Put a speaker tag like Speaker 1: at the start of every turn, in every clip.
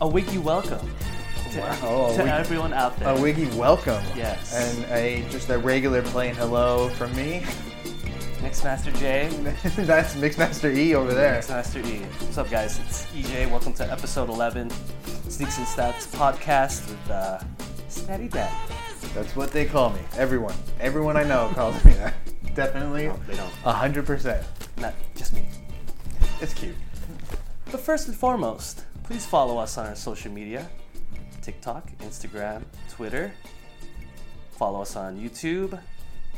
Speaker 1: a wiggy welcome to,
Speaker 2: Wow, a
Speaker 1: to
Speaker 2: wig-
Speaker 1: everyone out there.
Speaker 2: A wiggy welcome.
Speaker 1: Yes.
Speaker 2: And a just a regular plain hello from me.
Speaker 1: Mixmaster J,
Speaker 2: That's Mixmaster E over there.
Speaker 1: Mixmaster E. What's up, guys? It's EJ. Welcome to episode 11, Sneaks and Stats podcast with uh, Steady Dad.
Speaker 2: That's what they call me. Everyone. Everyone I know calls me that. Definitely.
Speaker 1: No, they don't.
Speaker 2: A hundred percent.
Speaker 1: Not just me.
Speaker 2: It's cute.
Speaker 1: But first and foremost, please follow us on our social media TikTok, Instagram, Twitter. Follow us on YouTube.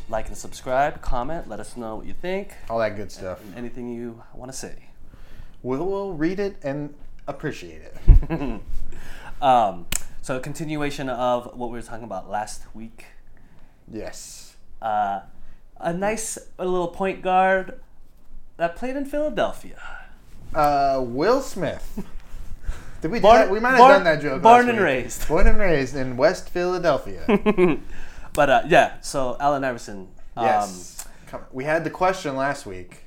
Speaker 1: Like and subscribe, comment, let us know what you think,
Speaker 2: All that good stuff.
Speaker 1: anything you want to say.
Speaker 2: We'll, we'll read it and appreciate it.
Speaker 1: Um, so, a continuation of what we were talking about last week.
Speaker 2: Yes.
Speaker 1: Uh, a nice little point guard that played in Philadelphia.
Speaker 2: Uh, Will Smith. Did we do
Speaker 1: Born-
Speaker 2: that? We might have
Speaker 1: born-
Speaker 2: done that joke.
Speaker 1: born
Speaker 2: last
Speaker 1: and
Speaker 2: week.
Speaker 1: raised.
Speaker 2: Born and raised in West Philadelphia.
Speaker 1: But uh, yeah, so Allen Iverson. Um,
Speaker 2: Yes. Come- we had the question last week,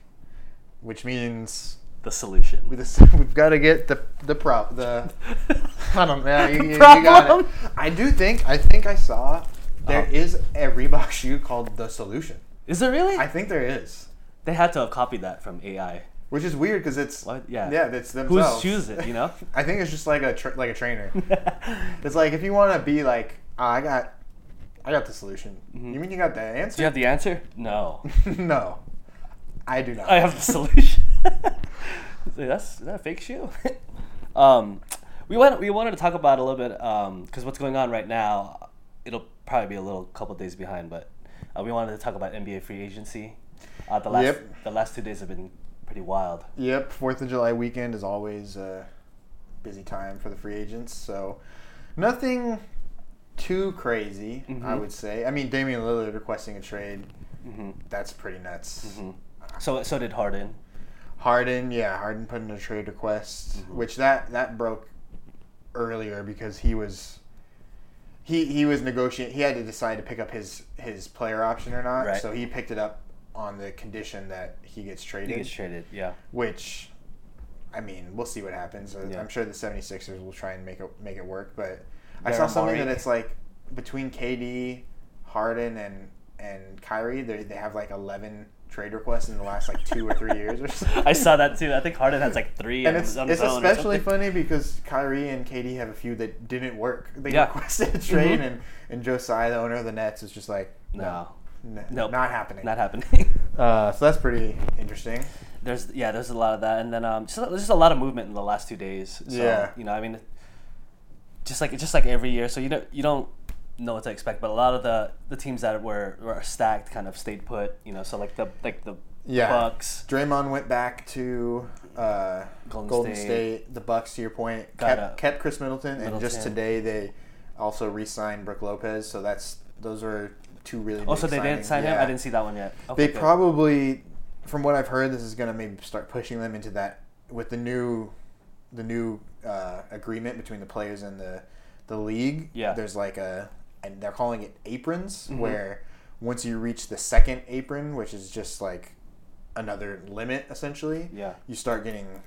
Speaker 2: which means
Speaker 1: The solution.
Speaker 2: we just, we've got to get the the prop the. I don't know. You, you- you got it.
Speaker 1: Problem.
Speaker 2: I do think I think I saw there
Speaker 1: Oh.
Speaker 2: is a Reebok shoe called the Solution.
Speaker 1: Is there really?
Speaker 2: I think there is,
Speaker 1: they had to have copied that from AI.
Speaker 2: which is weird because it's
Speaker 1: What? Yeah.
Speaker 2: yeah that's
Speaker 1: Who's
Speaker 2: themselves.
Speaker 1: choose it? You know.
Speaker 2: I think it's just like a tra- like a trainer. it's like if you want to be like "Ah, I got I got the solution.
Speaker 1: Mm-hmm.
Speaker 2: You mean you got the
Speaker 1: Do you
Speaker 2: answer?
Speaker 1: have the answer? No.
Speaker 2: no, I do not.
Speaker 1: I have the solution. Say, That's is that a fake shoe. um, we want we wanted to talk about a little bit because what's going on right now. It'll probably be a little couple days behind, but uh, we wanted to talk about NBA free agency. Uh, the last
Speaker 2: Yep.
Speaker 1: the last two days have been pretty wild.
Speaker 2: Yep, Fourth of July weekend is always a busy time for the free agents. So nothing too crazy, I
Speaker 1: Mm-hmm.
Speaker 2: would say. I mean, Damian Lillard requesting a trade. That's pretty nuts.
Speaker 1: Mm-hmm. So so did Harden.
Speaker 2: Harden, yeah, Harden put in a trade request,
Speaker 1: Mm-hmm.
Speaker 2: which that that broke earlier because he was he he was negotiating. He had to decide to pick up his his player option or not.
Speaker 1: Right.
Speaker 2: So he picked it up on the condition that he gets traded
Speaker 1: He gets traded. Yeah.
Speaker 2: which I mean, we'll see what happens. Uh,
Speaker 1: Yeah.
Speaker 2: I'm sure the 76ers will try and make it make it work, but I
Speaker 1: They're
Speaker 2: saw something
Speaker 1: Amari.
Speaker 2: that it's like between KD, Harden and and Kyrie, they they have like 11 trade requests in the last like 2 or 3 years or so.
Speaker 1: I saw that too. I think Harden has like three.
Speaker 2: And
Speaker 1: on
Speaker 2: it's,
Speaker 1: his- on
Speaker 2: it's
Speaker 1: his own or
Speaker 2: especially
Speaker 1: something.
Speaker 2: funny because Kyrie and KD have a few that didn't work. They
Speaker 1: Yeah. Mm-hmm.
Speaker 2: requested a trade, and, and Josiah, the owner of the Nets, is just like, no,
Speaker 1: No,
Speaker 2: no,
Speaker 1: Nope.
Speaker 2: not happening.
Speaker 1: not happening.
Speaker 2: uh, so that's pretty interesting.
Speaker 1: there's yeah, there's a lot of that, and then um, just, there's just a lot of movement in the last two days. So,
Speaker 2: Yeah.
Speaker 1: you know, I mean, just like just like every year, so you don't you don't know what to expect, but a lot of the the teams that were were stacked kind of stayed put. You know, so like the like the
Speaker 2: Yeah.
Speaker 1: Bucks
Speaker 2: Draymond went back to uh,
Speaker 1: Golden
Speaker 2: Golden,
Speaker 1: State.
Speaker 2: State. The Bucks, to your point,
Speaker 1: Got
Speaker 2: kept,
Speaker 1: a-
Speaker 2: kept Chris Middleton, and
Speaker 1: Middleton.
Speaker 2: just today they also re-signed Brooke Lopez. So that's those were two really.
Speaker 1: also
Speaker 2: big
Speaker 1: they did
Speaker 2: signings.
Speaker 1: sign him.
Speaker 2: Yeah.
Speaker 1: I didn't see that one yet.
Speaker 2: They
Speaker 1: Okay, good.
Speaker 2: probably, from what I've heard, this is going to maybe start pushing them into that with the new, the new uh, agreement between the players and the the league.
Speaker 1: Yeah. Mm-hmm.
Speaker 2: there's like a, and they're calling it aprons, where once you reach the second apron, which is just like another limit essentially,
Speaker 1: Yeah.
Speaker 2: you start getting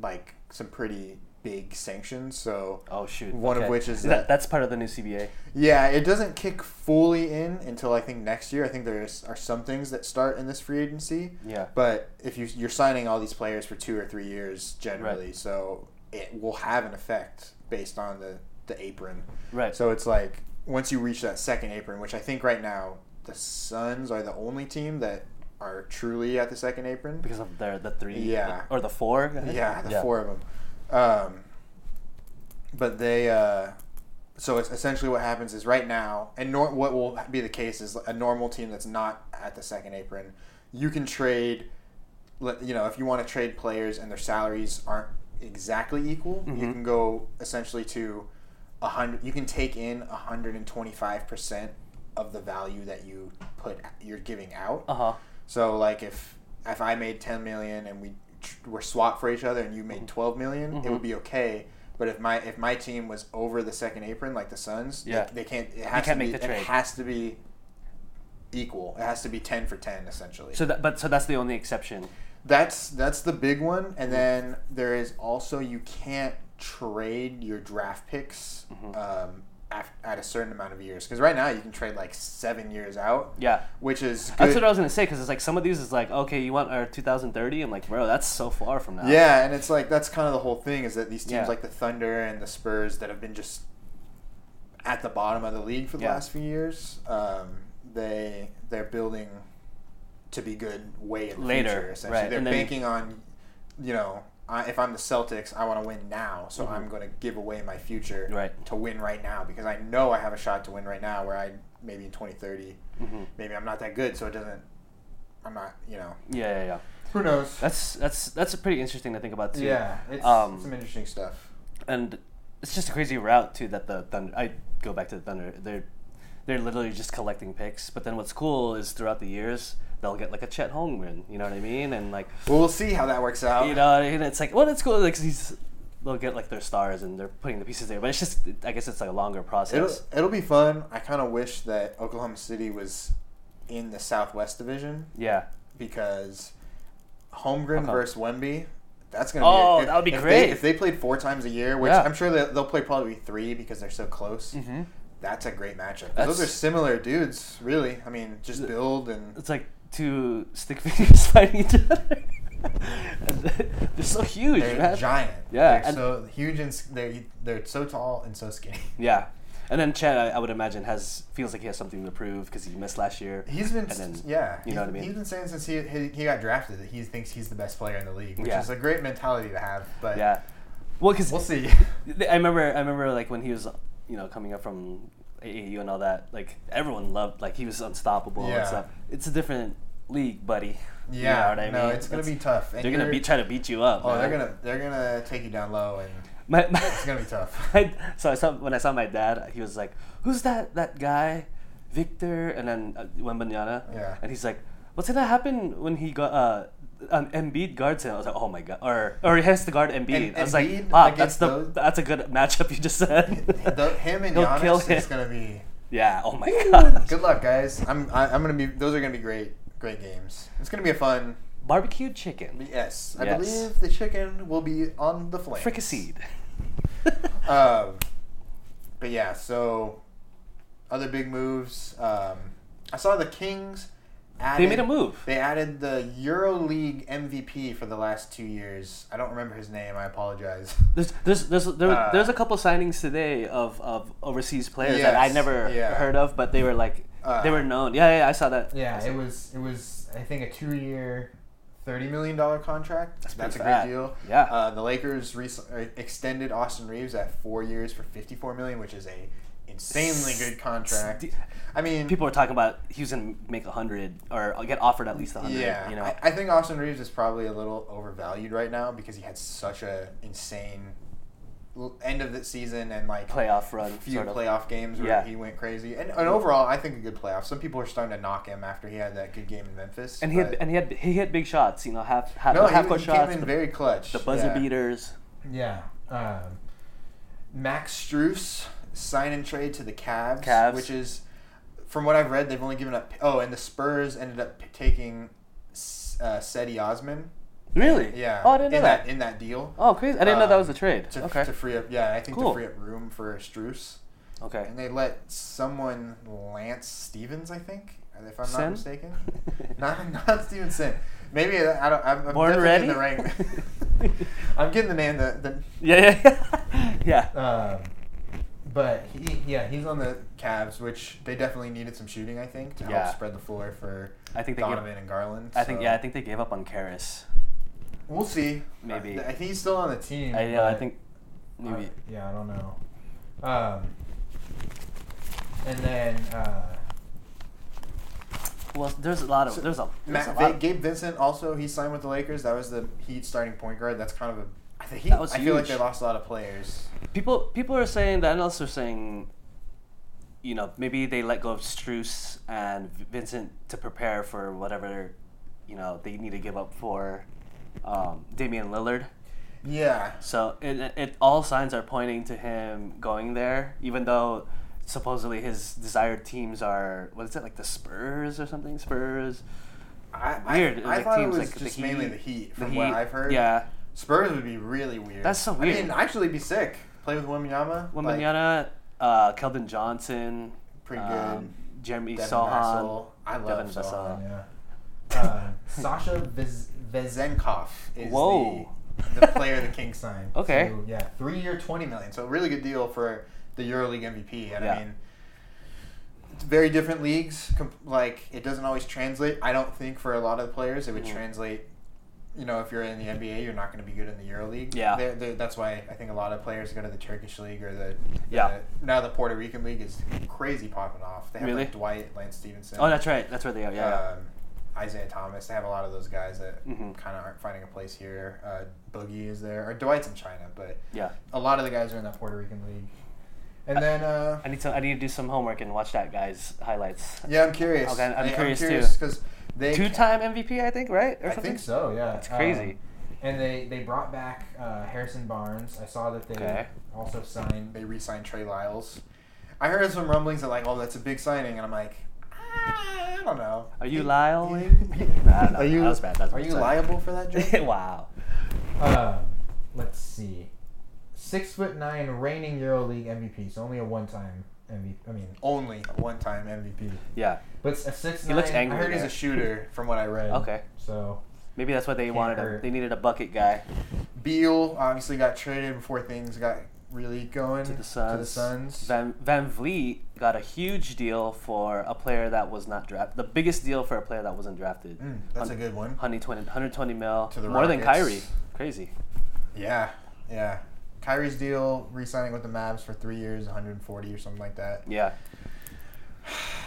Speaker 2: like some pretty big sanctions. So
Speaker 1: Oh shoot!
Speaker 2: One of which is that-
Speaker 1: that's part of the new CBA.
Speaker 2: yeah, it doesn't kick fully in until I think next year. I think there is, are some things that start in this free agency.
Speaker 1: Yeah.
Speaker 2: But if you, you're signing all these players for two or three years generally, so it will have an effect based on the, the apron.
Speaker 1: Right.
Speaker 2: So it's like once you reach that second apron, which I think right now the Suns are the only team that are truly at the second apron.
Speaker 1: because of their the three.
Speaker 2: Yeah.
Speaker 1: Or the four. I think?
Speaker 2: Yeah, the four of them. Um, but they, uh, so it's essentially what happens is right now, and nor- what will be the case is a normal team that's not at the second apron, you can trade, let- you know, if you want to trade players and their salaries aren't exactly equal, you can go essentially to a hundred. You can take in hundred and twenty-five percent of the value that you put you're giving out.
Speaker 1: Uh huh.
Speaker 2: So like if if I made 10 million and we tr- were swapped for each other and you
Speaker 1: Mm-hmm.
Speaker 2: made 12 million, it would be okay. But if my if my team was over the second apron like the Suns, they-
Speaker 1: Yeah.
Speaker 2: they, can't. It has
Speaker 1: can't
Speaker 2: to
Speaker 1: make
Speaker 2: be,
Speaker 1: the trade.
Speaker 2: It has to be equal. It has to be 10 for 10 essentially.
Speaker 1: So that, but so that's the only exception. Mm-hmm.
Speaker 2: That's that's the big one, and then there is also you can't trade your draft picks
Speaker 1: Mm-hmm.
Speaker 2: um, af- at a certain amount of years. Because right now you can trade like seven years out,
Speaker 1: Yeah.
Speaker 2: which is good.
Speaker 1: That's what I was gonna say because it's like some of these is like okay you want our 2030 I'm like bro that's so far from now
Speaker 2: yeah, and it's like that's kind of the whole thing is that these teams
Speaker 1: Um, Yeah.
Speaker 2: like the Thunder and the Spurs that have been just at the bottom of the league for the
Speaker 1: Yeah.
Speaker 2: last few years, um, they they're building to be good way in the
Speaker 1: Later,
Speaker 2: future. Essentially,
Speaker 1: right,
Speaker 2: they're
Speaker 1: and then-
Speaker 2: banking on you know. I, if I'm the Celtics, I want to win now, so I'm going to give away my future
Speaker 1: Mm-hmm. Right.
Speaker 2: to win right now because I know I have a shot to win right now. Where I maybe in 2030,
Speaker 1: Mm-hmm.
Speaker 2: maybe I'm not that good, so it doesn't. I'm not, you know.
Speaker 1: yeah yeah yeah
Speaker 2: Who knows?
Speaker 1: that's that's that's pretty interesting to think about too
Speaker 2: Yeah, it's
Speaker 1: Um,
Speaker 2: some interesting stuff.
Speaker 1: and it's just a crazy route too that the Thunder. I go back to the Thunder. They're they're literally just collecting picks. But then what's cool is throughout the years they'll get like a Chet Holmgren. You know what I mean? And like
Speaker 2: Well, we'll see how that works out.
Speaker 1: you know, and it's like well, it's cool. Like 'cause he's they'll get like their stars and they're putting the pieces there. But it's just I guess it's like a longer
Speaker 2: it'll
Speaker 1: process.
Speaker 2: it'll be fun. I kind of wish that Oklahoma City was in the Southwest Division
Speaker 1: yeah.
Speaker 2: because Holmgren
Speaker 1: Okay.
Speaker 2: versus Wemby. That's gonna
Speaker 1: Uh-huh. Oh,
Speaker 2: be if-
Speaker 1: that would be
Speaker 2: if
Speaker 1: great.
Speaker 2: They, if they played four times a year, which
Speaker 1: Yeah.
Speaker 2: I'm sure they'll, they'll play probably three because they're so close.
Speaker 1: Mm-hmm.
Speaker 2: That's a great matchup. 'Cause
Speaker 1: That's-
Speaker 2: Those are similar dudes, really. I mean, just build and
Speaker 1: It's like two stick figures fighting each other. And they're so huge,
Speaker 2: they're
Speaker 1: man.
Speaker 2: giant.
Speaker 1: Yeah,
Speaker 2: they're
Speaker 1: and-
Speaker 2: so huge and s- they're they're so tall and so skinny.
Speaker 1: Yeah, and then Chet, I, I would imagine, has feels like he has something to prove because he missed last year.
Speaker 2: He's been,
Speaker 1: And then-
Speaker 2: yeah.
Speaker 1: you know what
Speaker 2: he's-
Speaker 1: I mean?
Speaker 2: He's been saying since he, he he got drafted that he thinks he's the best player in the league, which
Speaker 1: Yeah.
Speaker 2: is a great mentality to have. But
Speaker 1: Yeah, well, because
Speaker 2: we'll see.
Speaker 1: I remember, I remember, like when he was, you know, coming up from AAU and all that. Like everyone loved, like he was unstoppable
Speaker 2: Yeah.
Speaker 1: and stuff. It's a different league, buddy. You know
Speaker 2: Yeah,
Speaker 1: what I
Speaker 2: no,
Speaker 1: mean?
Speaker 2: it's gonna be tough. And
Speaker 1: They're gonna
Speaker 2: you're-
Speaker 1: be try to beat you up.
Speaker 2: Oh, they're
Speaker 1: man.
Speaker 2: gonna they're gonna take you down low, and
Speaker 1: My, my-
Speaker 2: it's gonna be tough.
Speaker 1: I, so I saw when I saw my dad, he was like, "Who's that that guy, Victor?" And then uh, Wembanyama.
Speaker 2: Yeah.
Speaker 1: And he's like, "What's gonna happen when he got uh, um, Embiid guards him?" I was like, "Oh my god!" Or or he has to guard Embiid.
Speaker 2: And-
Speaker 1: I was like,
Speaker 2: Embiid
Speaker 1: "Pop, that's
Speaker 2: against
Speaker 1: the
Speaker 2: those-
Speaker 1: that's a good matchup you just said."
Speaker 2: The- him and
Speaker 1: He'll kill
Speaker 2: Giannis
Speaker 1: him.
Speaker 2: is gonna be.
Speaker 1: yeah. Oh my god.
Speaker 2: Good luck, guys. I'm I, I'm gonna be. Those are gonna be great great games. It's gonna be a fun.
Speaker 1: Barbecued chicken,
Speaker 2: Yes, I
Speaker 1: Yes.
Speaker 2: believe the chicken will be on the flame.
Speaker 1: fricasseed.
Speaker 2: Um, but yeah, so other big moves. Um, I saw the Kings. Added,
Speaker 1: they made a move.
Speaker 2: They added the EuroLeague MVP for the last two years. I don't remember his name. I apologize.
Speaker 1: There's there's there's there,
Speaker 2: Uh,
Speaker 1: there's a couple signings today of, of overseas players that I
Speaker 2: Yes,
Speaker 1: never
Speaker 2: yeah.
Speaker 1: heard of, but they were like
Speaker 2: Uh,
Speaker 1: they were known. Yeah, yeah, I saw that. I
Speaker 2: Yeah,
Speaker 1: saw-
Speaker 2: it was it was I think a two year, thirty million dollar contract. That's,
Speaker 1: pretty
Speaker 2: a
Speaker 1: bad.
Speaker 2: great deal.
Speaker 1: Yeah.
Speaker 2: Uh, the Lakers rec- uh, extended Austin Reeves at four years for fifty four million, which is a insanely good contract.
Speaker 1: St-
Speaker 2: I mean,
Speaker 1: people were talking about he was gonna make a hundred or get offered at least a hundred.
Speaker 2: Yeah,
Speaker 1: you know,
Speaker 2: I, I think Austin Reeves is probably a little overvalued right now because he had such a insane l- end of the season and like
Speaker 1: playoff run.
Speaker 2: few
Speaker 1: sort of.
Speaker 2: playoff games where
Speaker 1: Yeah.
Speaker 2: he went crazy. And, and overall, I think a good playoff. Some people are starting to knock him after he had that good game in Memphis.
Speaker 1: And he had
Speaker 2: but-
Speaker 1: and he had he hit big shots. You know, half half,
Speaker 2: no,
Speaker 1: half
Speaker 2: he,
Speaker 1: court
Speaker 2: he
Speaker 1: shots,
Speaker 2: came in
Speaker 1: the,
Speaker 2: very clutch.
Speaker 1: the buzzer
Speaker 2: yeah.
Speaker 1: beaters.
Speaker 2: Yeah. Um, Max Struess sign and trade to the Cavs,
Speaker 1: Cavs.
Speaker 2: which is, from what I've read, they've only given up. Oh, and the Spurs ended up p- taking S- uh, Seti Osman.
Speaker 1: Really?
Speaker 2: Yeah.
Speaker 1: Oh, I didn't know
Speaker 2: in
Speaker 1: that.
Speaker 2: In that deal.
Speaker 1: Oh, crazy! I didn't know that was
Speaker 2: Um,
Speaker 1: the trade.
Speaker 2: To,
Speaker 1: okay.
Speaker 2: To free up, yeah, I think
Speaker 1: Cool.
Speaker 2: to free up room for Struess,
Speaker 1: okay.
Speaker 2: and they let someone Lance Stevens, I think, if I'm
Speaker 1: Sin?
Speaker 2: not mistaken. not not Stevenson. Maybe I don't. I'm, I'm
Speaker 1: Born
Speaker 2: definitely
Speaker 1: ready.
Speaker 2: getting the right. I'm getting the name that. The,
Speaker 1: yeah, yeah, yeah.
Speaker 2: um, but he, yeah, he's on the Cavs, which they definitely needed some shooting. I think to
Speaker 1: Yeah.
Speaker 2: help spread the floor for
Speaker 1: I think they gave-
Speaker 2: Donovan and Garland.
Speaker 1: I think
Speaker 2: so-
Speaker 1: yeah. I think they gave up on Karras.
Speaker 2: we'll see.
Speaker 1: Maybe.
Speaker 2: I, I think he's still on the team.
Speaker 1: I know. I
Speaker 2: but-
Speaker 1: think maybe.
Speaker 2: I- yeah, I don't know. Um, and then uh,
Speaker 1: Well, there's a lot of there's a, there's a
Speaker 2: Matt,
Speaker 1: lot.
Speaker 2: Va-
Speaker 1: of-
Speaker 2: Gabe Vincent also he signed with the Lakers. That was the Heat starting point guard. That's kind of a. I think he,
Speaker 1: That was
Speaker 2: I feel like
Speaker 1: huge.
Speaker 2: they lost a lot of players.
Speaker 1: People people are saying the analysts are saying, you know, maybe they let go of Struess and Vincent to prepare for whatever, you know, they need to give up for um, Damian Lillard.
Speaker 2: Yeah.
Speaker 1: So it, it all signs are pointing to him going there, even though supposedly his desired teams are what is it like the Spurs or something? Spurs.
Speaker 2: I,
Speaker 1: Weird.
Speaker 2: I, I
Speaker 1: like
Speaker 2: thought it
Speaker 1: teams
Speaker 2: was
Speaker 1: like the
Speaker 2: just
Speaker 1: Heat,
Speaker 2: mainly the Heat,
Speaker 1: the
Speaker 2: from what
Speaker 1: Heat,
Speaker 2: I've heard.
Speaker 1: Yeah.
Speaker 2: Spurs would be really weird.
Speaker 1: That's so
Speaker 2: I
Speaker 1: weird.
Speaker 2: mean, actually, be sick. Play with Wembanyama. like,
Speaker 1: Wembanyama, uh, Keldon Johnson,
Speaker 2: Pretty
Speaker 1: um, Jeremy
Speaker 2: Devin
Speaker 1: Sohan.
Speaker 2: Vassell. I love
Speaker 1: Devin
Speaker 2: Sohan.
Speaker 1: Vassell.
Speaker 2: Yeah. Uh, Sasha Vez- Vezenkov is
Speaker 1: Whoa.
Speaker 2: the, the player the Kings signed.
Speaker 1: Okay.
Speaker 2: So, yeah, three year, twenty million. So a really good deal for the EuroLeague MVP. And
Speaker 1: Yeah.
Speaker 2: I mean, it's very different leagues. Com- like it doesn't always translate. I don't think for a lot of the players it would
Speaker 1: Mhm.
Speaker 2: translate. You know, if you're in the NBA, you're not going to be good in the EuroLeague.
Speaker 1: Yeah.
Speaker 2: They're, they're, that's why I think a lot of players go to the Turkish league or the
Speaker 1: Yeah.
Speaker 2: the- now the Puerto Rican league is crazy popping off. They have
Speaker 1: Really?
Speaker 2: like Dwight, Lance Stevenson.
Speaker 1: Oh, that's right. That's where they are. Yeah.
Speaker 2: Um, Isaiah Thomas. They have a lot of those guys that
Speaker 1: Mhm.
Speaker 2: kind of aren't finding a place here. Uh, Boogie is there, or Dwight's in China, but
Speaker 1: yeah.
Speaker 2: a lot of the guys are in that Puerto Rican league. And then, uh,
Speaker 1: I need to. I need to do some homework and watch that guy's highlights.
Speaker 2: yeah, I'm curious.
Speaker 1: Okay, I'm
Speaker 2: I-
Speaker 1: curious too.
Speaker 2: because they
Speaker 1: Two-time MVP, I think, right? Or
Speaker 2: I think so. Yeah,
Speaker 1: That's crazy.
Speaker 2: Um, and they they brought back uh, Harrison Barnes. I saw that they
Speaker 1: Okay.
Speaker 2: also signed. They re-signed Trey Lyles. I heard some rumblings that like, oh, that's a big signing, and I'm like, "Ah, I don't know.
Speaker 1: Are you liable?
Speaker 2: Nah, nah,
Speaker 1: Are you-
Speaker 2: that was bad. That was
Speaker 1: are
Speaker 2: bad.
Speaker 1: you
Speaker 2: Sorry. for that
Speaker 1: wow.
Speaker 3: Um, let's see. Six foot nine, reigning EuroLeague MVP. So only a one time MVP. I mean,
Speaker 2: Only a one-time MVP.
Speaker 1: Yeah.
Speaker 3: but a six.
Speaker 1: He looks
Speaker 2: I
Speaker 1: angry.
Speaker 2: heard he's
Speaker 1: there.
Speaker 2: a shooter, from what I read.
Speaker 1: Okay.
Speaker 3: So
Speaker 1: Maybe that's what they
Speaker 3: Can't
Speaker 1: wanted.
Speaker 3: hurt.
Speaker 1: They needed a bucket guy.
Speaker 2: Beal obviously got traded before things got really going
Speaker 1: To the Suns.
Speaker 2: To the Suns.
Speaker 1: Van Van Vliet got a huge deal for a player that was not drafted. The biggest deal for a player that wasn't drafted.
Speaker 2: Mm, that's a good one.
Speaker 1: 120, 120 mil.
Speaker 2: To the
Speaker 1: more than Kyrie.
Speaker 2: Rockets.
Speaker 1: Crazy.
Speaker 2: Yeah, yeah. Kyrie's deal, re-signing with the Mavs for three years, 140 or something like that.
Speaker 1: Yeah.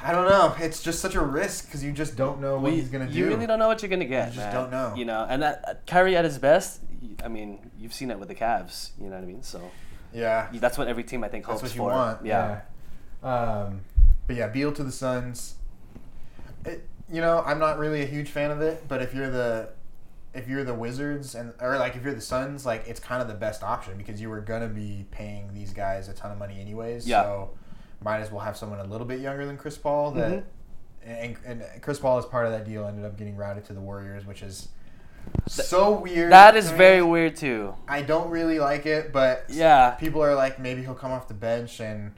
Speaker 2: I don't know. It's just such a risk because you just don't know what
Speaker 1: We-
Speaker 2: he's gonna do.
Speaker 1: You really don't know what you're gonna get.
Speaker 2: just
Speaker 1: man.
Speaker 2: don't know.
Speaker 1: You know, and that Kyrie at his best. y- I mean, you've seen it with the Cavs. You know what I mean? So
Speaker 2: Yeah,
Speaker 1: that's what every team I think
Speaker 2: That's
Speaker 1: hopes
Speaker 2: what you
Speaker 1: for.
Speaker 2: want,
Speaker 1: Yeah.
Speaker 3: Um,
Speaker 2: but yeah, Beal to the Suns. It, you know, I'm not really a huge fan of it, but if you're the if you're the Wizards and or like if you're the Suns, like it's kind of the best option because you were gonna be paying these guys a ton of money anyways.
Speaker 1: Yeah.
Speaker 2: So might as well have someone a little bit younger than Chris Paul that
Speaker 1: Mhm.
Speaker 2: and, and Chris Paul as part of that deal ended up getting routed to the Warriors, which is so weird.
Speaker 1: That is
Speaker 2: I mean,
Speaker 1: very weird too.
Speaker 2: I don't really like it, but
Speaker 1: Yeah.
Speaker 2: people are like, maybe he'll come off the bench, and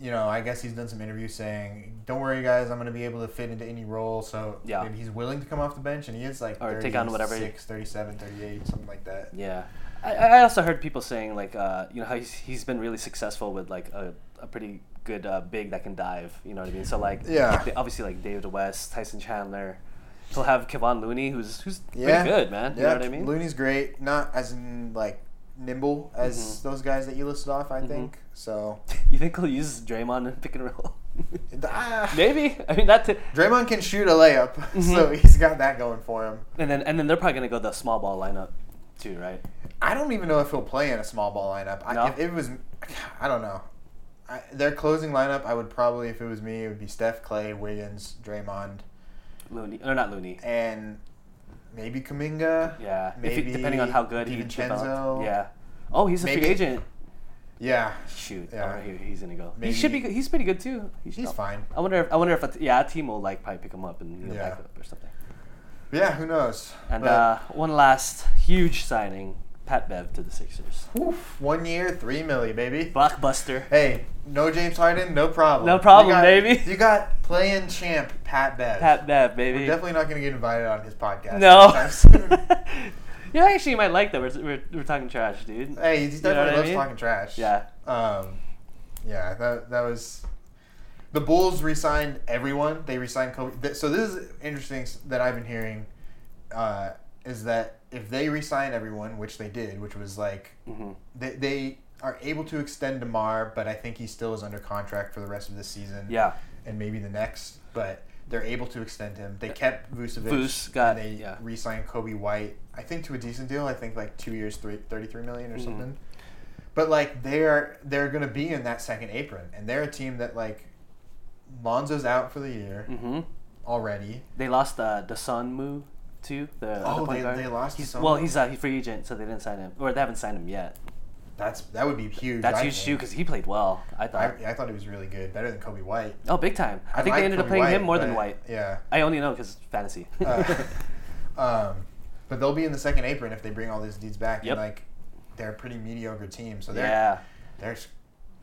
Speaker 2: you know, I guess he's done some interviews saying, "Don't worry, guys, I'm going to be able to fit into any role." So
Speaker 1: Yeah.
Speaker 2: maybe he's willing to come off the bench, and he is like
Speaker 1: Or take on whatever-
Speaker 2: 36, 37, 38, something like that.
Speaker 1: Yeah, I, I also heard people saying like, uh, you know, how he's, he's been really successful with like a, a pretty good uh, big that can dive. You know what I mean? So like,
Speaker 2: Yeah.
Speaker 1: they- obviously like David West, Tyson Chandler, he'll have Kevon Looney, who's who's
Speaker 2: Yeah.
Speaker 1: pretty good, man. You know what I mean?
Speaker 2: Looney's great, not as mm, like nimble as
Speaker 1: Mhm.
Speaker 2: those guys that you listed off. I
Speaker 1: Mhm.
Speaker 2: think so.
Speaker 1: You think he'll use Draymond in pick and roll?
Speaker 2: Ah.
Speaker 1: Maybe. I mean, that's it.
Speaker 2: Draymond can shoot a layup, so
Speaker 1: Mhm.
Speaker 2: he's got that going for him.
Speaker 1: And then and then they're probably gonna go the small ball lineup, too, right?
Speaker 2: I don't even know if he'll play in a small ball lineup.
Speaker 1: No?
Speaker 2: I, if it was, I don't know. I, their closing lineup, I would probably, if it was me, it would be Steph, Clay, Wiggins, Draymond,
Speaker 1: Looney or not Looney?
Speaker 2: and maybe Kaminga.
Speaker 1: Yeah. If he-
Speaker 2: Maybe
Speaker 1: depending on how good he
Speaker 2: DiVincenzo.
Speaker 1: developed. Yeah. Oh, he's a
Speaker 2: Maybe-
Speaker 1: free agent.
Speaker 2: Yeah,
Speaker 1: Shoot,
Speaker 2: Yeah.
Speaker 1: alright, he- he's gonna go.
Speaker 2: Maybe-
Speaker 1: He should be. good- He's pretty good too. He should-
Speaker 2: he's fine.
Speaker 1: I wonder. If, I wonder if a t- yeah, a team will like probably pick him up and you know,
Speaker 2: Yeah.
Speaker 1: back up or something.
Speaker 2: Yeah, who knows?
Speaker 1: And
Speaker 2: But,
Speaker 1: uh, one last huge signing, Pat Bev to the Sixers.
Speaker 2: oof, one year, three milli, baby.
Speaker 1: Blockbuster.
Speaker 2: hey, no James Harden, no problem.
Speaker 1: No problem,
Speaker 2: you got,
Speaker 1: baby.
Speaker 2: You got playing champ Pat Bev.
Speaker 1: Pat Bev,
Speaker 2: We're
Speaker 1: baby.
Speaker 2: definitely not going to get invited on his podcast.
Speaker 1: No.
Speaker 2: anytime soon.
Speaker 1: you know, actually, you might like that. We're, we're, we're talking trash, dude.
Speaker 2: hey, he
Speaker 1: You know what
Speaker 2: definitely
Speaker 1: I
Speaker 2: loves
Speaker 1: mean?
Speaker 2: talking trash.
Speaker 1: Yeah.
Speaker 2: Um, yeah, that that was. The Bulls re-signed everyone. They re-signed Kobe. th- So this is interesting s- that I've been hearing, uh, is that if they re-sign everyone, which they did, which was like
Speaker 1: hmm
Speaker 2: they, they are able to extend Demar, but I think he still is under contract for the rest of the season.
Speaker 1: Yeah.
Speaker 2: and maybe the next, but they're able to extend him. They kept Vucevic.
Speaker 1: Uh, Vuce got-
Speaker 2: and they
Speaker 1: yeah.
Speaker 2: re-signed Kobe White. I think to a decent deal. I think like two years, three, 33 million or
Speaker 1: Mhm.
Speaker 2: something. But like they're they're gonna be in that second apron, and they're a team that like Lonzo's out for the year
Speaker 1: hmm
Speaker 2: already.
Speaker 1: They lost uh, the Sun Mu too. The
Speaker 2: Oh,
Speaker 1: the point
Speaker 2: they-
Speaker 1: guard.
Speaker 2: they lost
Speaker 1: He's,
Speaker 2: Dosunmu?
Speaker 1: well, he's a uh, free agent, so they didn't sign him, or they haven't signed him yet.
Speaker 2: That's that would be huge.
Speaker 1: That's
Speaker 2: I
Speaker 1: huge too,
Speaker 2: think.
Speaker 1: because he played well. I
Speaker 2: I,
Speaker 1: thought.
Speaker 2: I thought he was really good, better than Kobe White.
Speaker 1: oh, big time. I, think
Speaker 2: like
Speaker 1: they ended up
Speaker 2: Kobe
Speaker 1: playing him
Speaker 2: White,
Speaker 1: more than
Speaker 2: but-
Speaker 1: White.
Speaker 2: Yeah.
Speaker 1: I only know because fantasy.
Speaker 2: Uh, um, but But they'll be in the second apron if they bring all these dudes back.
Speaker 1: Yep.
Speaker 2: And like, they're a pretty mediocre team, so they're
Speaker 1: Yeah.
Speaker 2: they're s-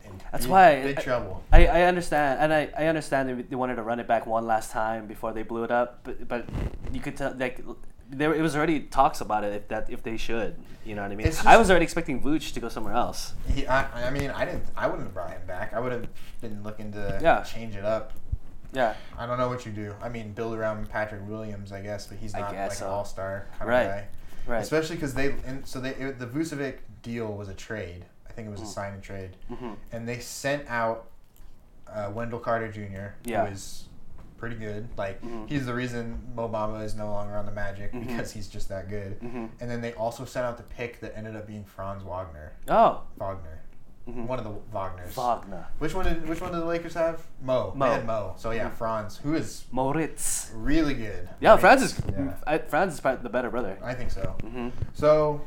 Speaker 2: in
Speaker 1: That's
Speaker 2: big,
Speaker 1: why
Speaker 2: big
Speaker 1: I-
Speaker 2: trouble.
Speaker 1: I, I understand, and I, I understand they, they wanted to run it back one last time before they blew it up, but but you could tell like there it was already talks about it if that if they should, you know what I mean.
Speaker 2: It's just-
Speaker 1: I was already expecting Vooch to go somewhere else.
Speaker 2: He, I, I mean, I didn't. I wouldn't have brought him back. I would have been looking to
Speaker 1: Yeah.
Speaker 2: change it up.
Speaker 1: Yeah,
Speaker 2: I don't know what you do. I mean, build around Patrick Williams, I guess, but he's
Speaker 1: I
Speaker 2: not
Speaker 1: guess
Speaker 2: like
Speaker 1: so.
Speaker 2: an all star kind
Speaker 1: Right.
Speaker 2: of guy.
Speaker 1: right.
Speaker 2: Especially because they and so they it, the Vucevic deal was a trade. I think it
Speaker 1: Hmm.
Speaker 2: was a sign and trade,
Speaker 1: Mhm.
Speaker 2: and they sent out uh, Wendell Carter Jr.
Speaker 1: Yeah.
Speaker 2: who is pretty good. Like
Speaker 1: Mhm.
Speaker 2: he's the reason Obama is no longer on the Magic
Speaker 1: Mhm.
Speaker 2: because he's just that good.
Speaker 1: Mhm.
Speaker 2: And then they also sent out the pick that ended up being Franz Wagner.
Speaker 1: Oh,
Speaker 2: Wagner,
Speaker 1: Mhm.
Speaker 2: one of the Wagners.
Speaker 1: Wagner,
Speaker 2: Which one did Which one did the Lakers have? Mo.
Speaker 1: Mo.
Speaker 2: They had Mo. So yeah, Franz, who is
Speaker 1: Moritz.
Speaker 2: really good.
Speaker 1: Yeah,
Speaker 2: I think-
Speaker 1: Franz is Mm.
Speaker 2: Yeah.
Speaker 1: I, Franz is probably the better brother.
Speaker 2: I think so.
Speaker 1: hmm
Speaker 2: So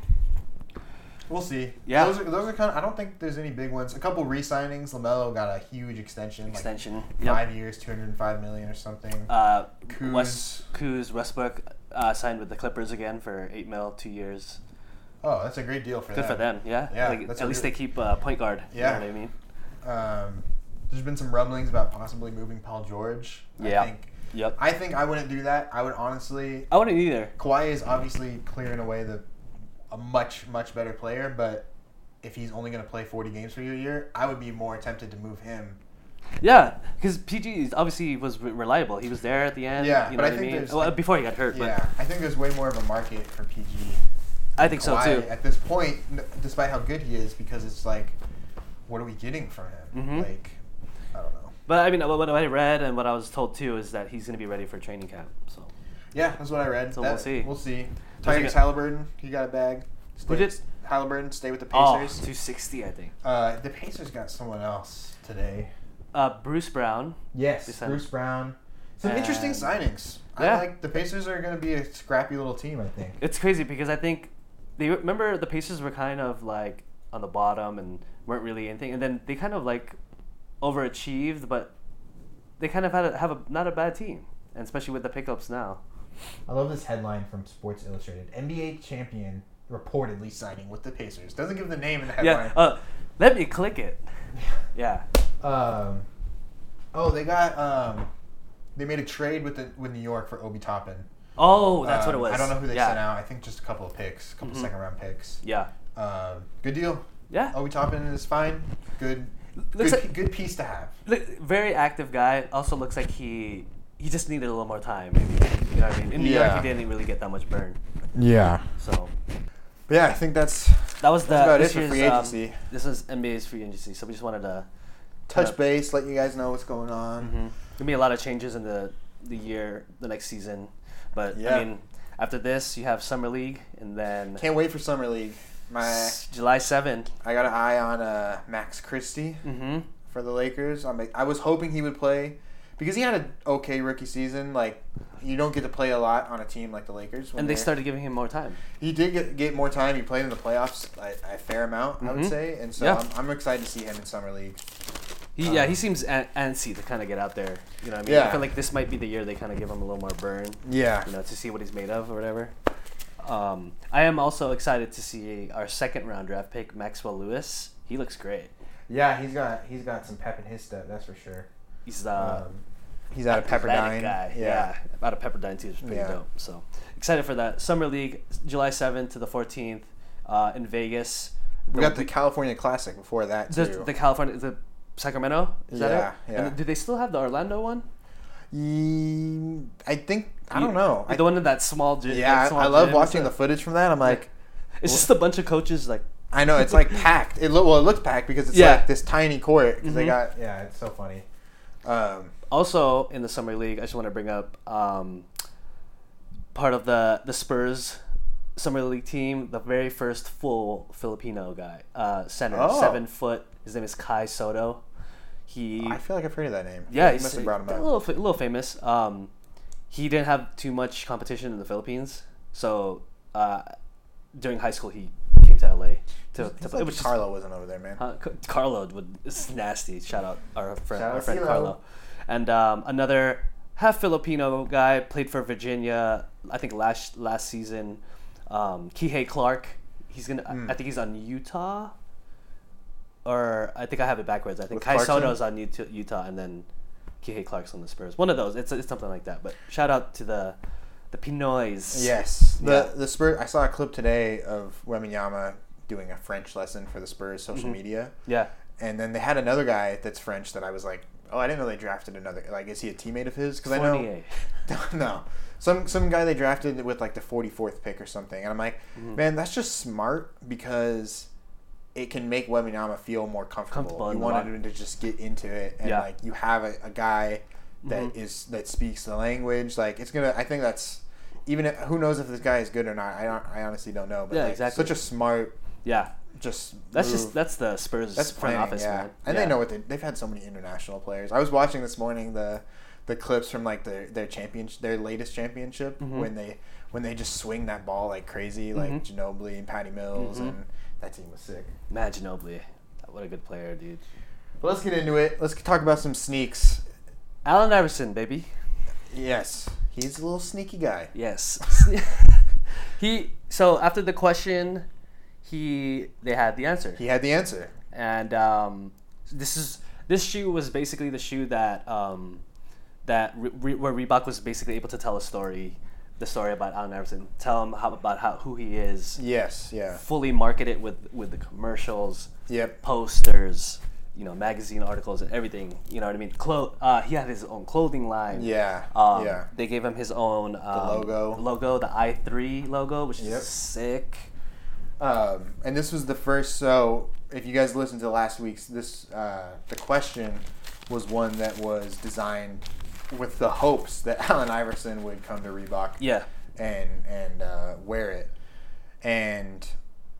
Speaker 2: we'll see.
Speaker 1: Yeah.
Speaker 2: those are, those are kind of. I don't think there's any big ones. A couple re-signings. Lamelo got a huge extension.
Speaker 1: Extension.
Speaker 2: Like
Speaker 1: Yep.
Speaker 2: Five years, two hundred and five million or something.
Speaker 1: Uh,
Speaker 2: Kuz.
Speaker 1: West Kuz Westbrook uh, signed with the Clippers again for eight mil, two years.
Speaker 2: oh, that's a great deal for
Speaker 1: Good
Speaker 2: them.
Speaker 1: for them, yeah.
Speaker 2: Yeah,
Speaker 1: Like,
Speaker 2: that's
Speaker 1: at
Speaker 2: what
Speaker 1: least
Speaker 2: we-
Speaker 1: they keep uh, point guard.
Speaker 2: Yeah.
Speaker 1: You know what I mean?
Speaker 2: Um, there's been some rumblings about possibly moving Paul George.
Speaker 1: Yeah.
Speaker 2: I think,
Speaker 1: Yep.
Speaker 2: I think I wouldn't do that. I would honestly.
Speaker 1: I wouldn't either.
Speaker 2: Kawhi is obviously clearing away the a much much better player, but if he's only going to play 40 games for you a year, I would be more tempted to move him
Speaker 1: Yeah, because PG is- obviously was re- reliable. He was there at the end.
Speaker 2: Yeah,
Speaker 1: you know
Speaker 2: but I
Speaker 1: what I
Speaker 2: think
Speaker 1: mean.
Speaker 2: there's-
Speaker 1: Well, before he got hurt,
Speaker 2: Yeah, I think there's way more of a market for PG.
Speaker 1: but I think so
Speaker 2: Kawhi
Speaker 1: too.
Speaker 2: At this point, n- despite how good he is, because it's like, what are we getting from him?
Speaker 1: Mhm.
Speaker 2: Like, I don't know.
Speaker 1: But I mean, what what I read and what I was told too is that he's going to be ready for training camp. So
Speaker 2: Yeah, that's what I read.
Speaker 1: So
Speaker 2: That-
Speaker 1: we'll see.
Speaker 2: We'll see.
Speaker 1: Doesn't
Speaker 2: Tyrese
Speaker 1: get-
Speaker 2: Halliburton, he got a bag. Stay,
Speaker 1: did-
Speaker 2: Halliburton stay with the
Speaker 1: oh,
Speaker 2: Pacers.
Speaker 1: 260, I think.
Speaker 2: Uh, the Pacers got someone else today.
Speaker 1: Uh, Bruce Brown.
Speaker 3: Yes,
Speaker 1: They sent-
Speaker 3: Bruce Brown.
Speaker 2: Some interesting
Speaker 1: And-
Speaker 2: signings.
Speaker 1: Yeah.
Speaker 2: I like the Pacers are going to be a scrappy little team. I think.
Speaker 1: It's crazy because I think they remember the Pacers were kind of like on the bottom and weren't really anything, and then they kind of like overachieved, but they kind of had a, have a not a bad team, and especially with the pickups now.
Speaker 3: I love this headline from Sports Illustrated: NBA champion reportedly
Speaker 2: Reportedly signing with the Pacers doesn't give the name in the
Speaker 1: Yeah.
Speaker 2: headline.
Speaker 1: Uh, let me click it. Yeah.
Speaker 3: Um,
Speaker 2: Oh, they got um, they made a trade with the with New York for Obi Toppin.
Speaker 1: Oh, that's what it
Speaker 2: Um,
Speaker 1: was.
Speaker 2: I don't know who they
Speaker 1: yeah.
Speaker 2: sent out. I think just a couple of picks, a couple
Speaker 1: Mhm.
Speaker 2: second round picks.
Speaker 1: Yeah.
Speaker 2: Um, good deal.
Speaker 1: Yeah.
Speaker 2: Obi Toppin is fine. Good.
Speaker 1: Looks
Speaker 2: Good,
Speaker 1: like-
Speaker 2: pi- good piece to have.
Speaker 1: Look, very active guy. Also looks like he he just needed a little more time. Maybe. You know what I mean? In New
Speaker 2: Yeah.
Speaker 1: York, he didn't really get that much burn.
Speaker 2: Yeah.
Speaker 1: So
Speaker 2: But yeah, I think that's
Speaker 1: that was the
Speaker 2: That's about
Speaker 1: this
Speaker 2: it for free
Speaker 1: year's, um,
Speaker 2: agency.
Speaker 1: this is NBA's free agency. So we just wanted to
Speaker 2: touch base. Let you guys know what's going on.
Speaker 1: hmm There'll be a lot of changes in the the year, the next season. But I
Speaker 2: Yeah.
Speaker 1: mean, after this, you have summer league, and then
Speaker 2: Can't wait for summer league. My
Speaker 1: s- July 7th
Speaker 2: I got an eye on uh, Max Christie
Speaker 1: Mm-hmm.
Speaker 2: for the Lakers. I'm, I was hoping he would play because he had an okay rookie season. Like you don't get to play a lot on a team like the Lakers. when
Speaker 1: And they
Speaker 2: they're-
Speaker 1: started giving him more time.
Speaker 2: He did get, get more time. He played in the playoffs a, a fair amount, I
Speaker 1: Mhm.
Speaker 2: would say, and so
Speaker 1: Yeah.
Speaker 2: I'm, I'm excited to see him in summer league.
Speaker 1: He, yeah,
Speaker 2: Um,
Speaker 1: he seems an- antsy to kind of get out there. You know what I mean? I
Speaker 2: Yeah.
Speaker 1: feel like this might be the year they kind of give him a little more burn,
Speaker 2: Yeah,
Speaker 1: you know, to see what he's made of or whatever. Um, I am also excited to see our second round draft pick, Maxwell Lewis. He looks great.
Speaker 3: yeah, he's got he's got some pep in his step. That's for sure.
Speaker 1: He's
Speaker 2: Uh-huh.
Speaker 1: uh,
Speaker 3: Um,
Speaker 2: he's out of Pepperdine.
Speaker 1: athletic guy. Yeah. out of Pepperdine too. It's pretty
Speaker 2: Yeah.
Speaker 1: dope. So excited for that summer league, July seventh to the fourteenth, uh, in Vegas.
Speaker 2: we got the
Speaker 1: week-
Speaker 2: California Classic before that too.
Speaker 1: the, the California the Sacramento. Is that it?
Speaker 2: Yeah, yeah.
Speaker 1: And do they still have the Orlando one?
Speaker 2: Ye- I think I
Speaker 1: You-
Speaker 2: don't know. I,
Speaker 1: the one in that small gym.
Speaker 2: yeah,
Speaker 1: that small
Speaker 2: I
Speaker 1: gym
Speaker 2: love
Speaker 1: and
Speaker 2: watching the
Speaker 1: stuff.
Speaker 2: footage from that. I'm like,
Speaker 1: It's just a bunch of coaches like.
Speaker 2: I know it's like packed. It look well, it looks packed because it's
Speaker 1: Yeah. Mm-hmm.
Speaker 2: like this tiny court 'cause they got.
Speaker 3: yeah, it's so funny.
Speaker 2: Um,
Speaker 1: Also in the summer league, I just want to bring up um, part of the the Spurs summer league team. The very first full Filipino guy uh, center,
Speaker 2: Oh.
Speaker 1: seven foot. His name is Kai Soto. He
Speaker 2: I feel like I've heard of that name.
Speaker 1: yeah,
Speaker 2: you
Speaker 1: he's
Speaker 2: must have brought him
Speaker 1: a
Speaker 2: up.
Speaker 1: little, fa- little famous. Um, he didn't have too much competition in the Philippines, so uh, during high school he came to LA to, to
Speaker 2: It's
Speaker 1: play.
Speaker 2: like
Speaker 1: Which is,
Speaker 2: Carlo wasn't over there, man.
Speaker 1: uh, Ca- Carlo would is nasty. Shout out our friend,
Speaker 3: Shout
Speaker 1: our
Speaker 3: out
Speaker 1: friend
Speaker 3: Carlo.
Speaker 1: Carlo, and um, another half Filipino guy played for Virginia. I think last last season. um, Kihei Clark. He's gonna. I-
Speaker 2: Mm.
Speaker 1: I think he's on Utah. Or I think I have it backwards. I think
Speaker 2: With
Speaker 1: Kai
Speaker 2: Clarkson?
Speaker 1: Soto's on Utah, Utah, and then Kihei Clark's on the Spurs. One of those. It's, it's something like that. But shout out to the the Pinoys.
Speaker 2: Yes.
Speaker 1: Yeah.
Speaker 2: The the Spurs. I saw a clip today of Weminyama doing a French lesson for the Spurs social
Speaker 1: Mhm.
Speaker 2: media,
Speaker 1: Yeah.
Speaker 2: and then they had another guy that's French that I was like, oh, I didn't know they drafted another. Like, is he a teammate of his? Because I know
Speaker 1: Fournier.
Speaker 2: no. Some some guy they drafted with like the 44th pick or something, and I'm like,
Speaker 1: Mm-hmm.
Speaker 2: man, that's just smart because it can make Webinama feel more comfortable.
Speaker 1: Comfortable in
Speaker 2: you
Speaker 1: the
Speaker 2: wanted
Speaker 1: locker-
Speaker 2: him to just get into it, and
Speaker 1: Yeah. Mm-hmm.
Speaker 2: like you have a, a guy that is that speaks the language. Like it's gonna, I think that's even if, who knows if this guy is good or not. I don't, I honestly don't know. But
Speaker 1: Yeah,
Speaker 2: like,
Speaker 1: exactly.
Speaker 2: Such a smart,
Speaker 1: Yeah.
Speaker 2: just
Speaker 1: That's
Speaker 2: move.
Speaker 1: just that's the Spurs
Speaker 2: That's
Speaker 1: front
Speaker 2: planning,
Speaker 1: office,
Speaker 2: yeah.
Speaker 1: man.
Speaker 2: And
Speaker 1: Yeah.
Speaker 2: they know what they they've had so many international players. I was watching this morning the the clips from like their their championship, their latest championship
Speaker 1: Mhm.
Speaker 2: when they when they just swing that ball like crazy, like
Speaker 1: Mhm.
Speaker 2: Ginobili and Patty Mills,
Speaker 1: Mhm.
Speaker 2: and that team was sick.
Speaker 1: Matt Ginobili. What a good player, dude.
Speaker 2: But let's get into it. Let's talk about some sneaks.
Speaker 1: Allen Iverson, baby.
Speaker 2: Yes, he's a little sneaky guy.
Speaker 1: Yes. he so after the question, he they had the answer.
Speaker 2: He had the answer.
Speaker 1: and um, this is this shoe was basically the shoe that um, that Re- Re- where Reebok was basically able to tell a story, the story about Allen Iverson, tell him how about how who he is,
Speaker 2: Yes, yeah,
Speaker 1: fully market it with with the commercials,
Speaker 2: yep,
Speaker 1: posters, you know, magazine articles and everything. You know what I mean? Clo- uh, he had his own clothing line.
Speaker 2: yeah,
Speaker 1: Um,
Speaker 2: yeah.
Speaker 1: They gave him his own um,
Speaker 2: logo.
Speaker 1: logo, the i three logo, which is
Speaker 2: Yep.
Speaker 1: sick.
Speaker 2: Um, and this was the first. So, if you guys listened to last week's, this uh, the question was one that was designed with the hopes that Allen Iverson would come to Reebok
Speaker 1: Yeah,
Speaker 2: and and uh, wear it, and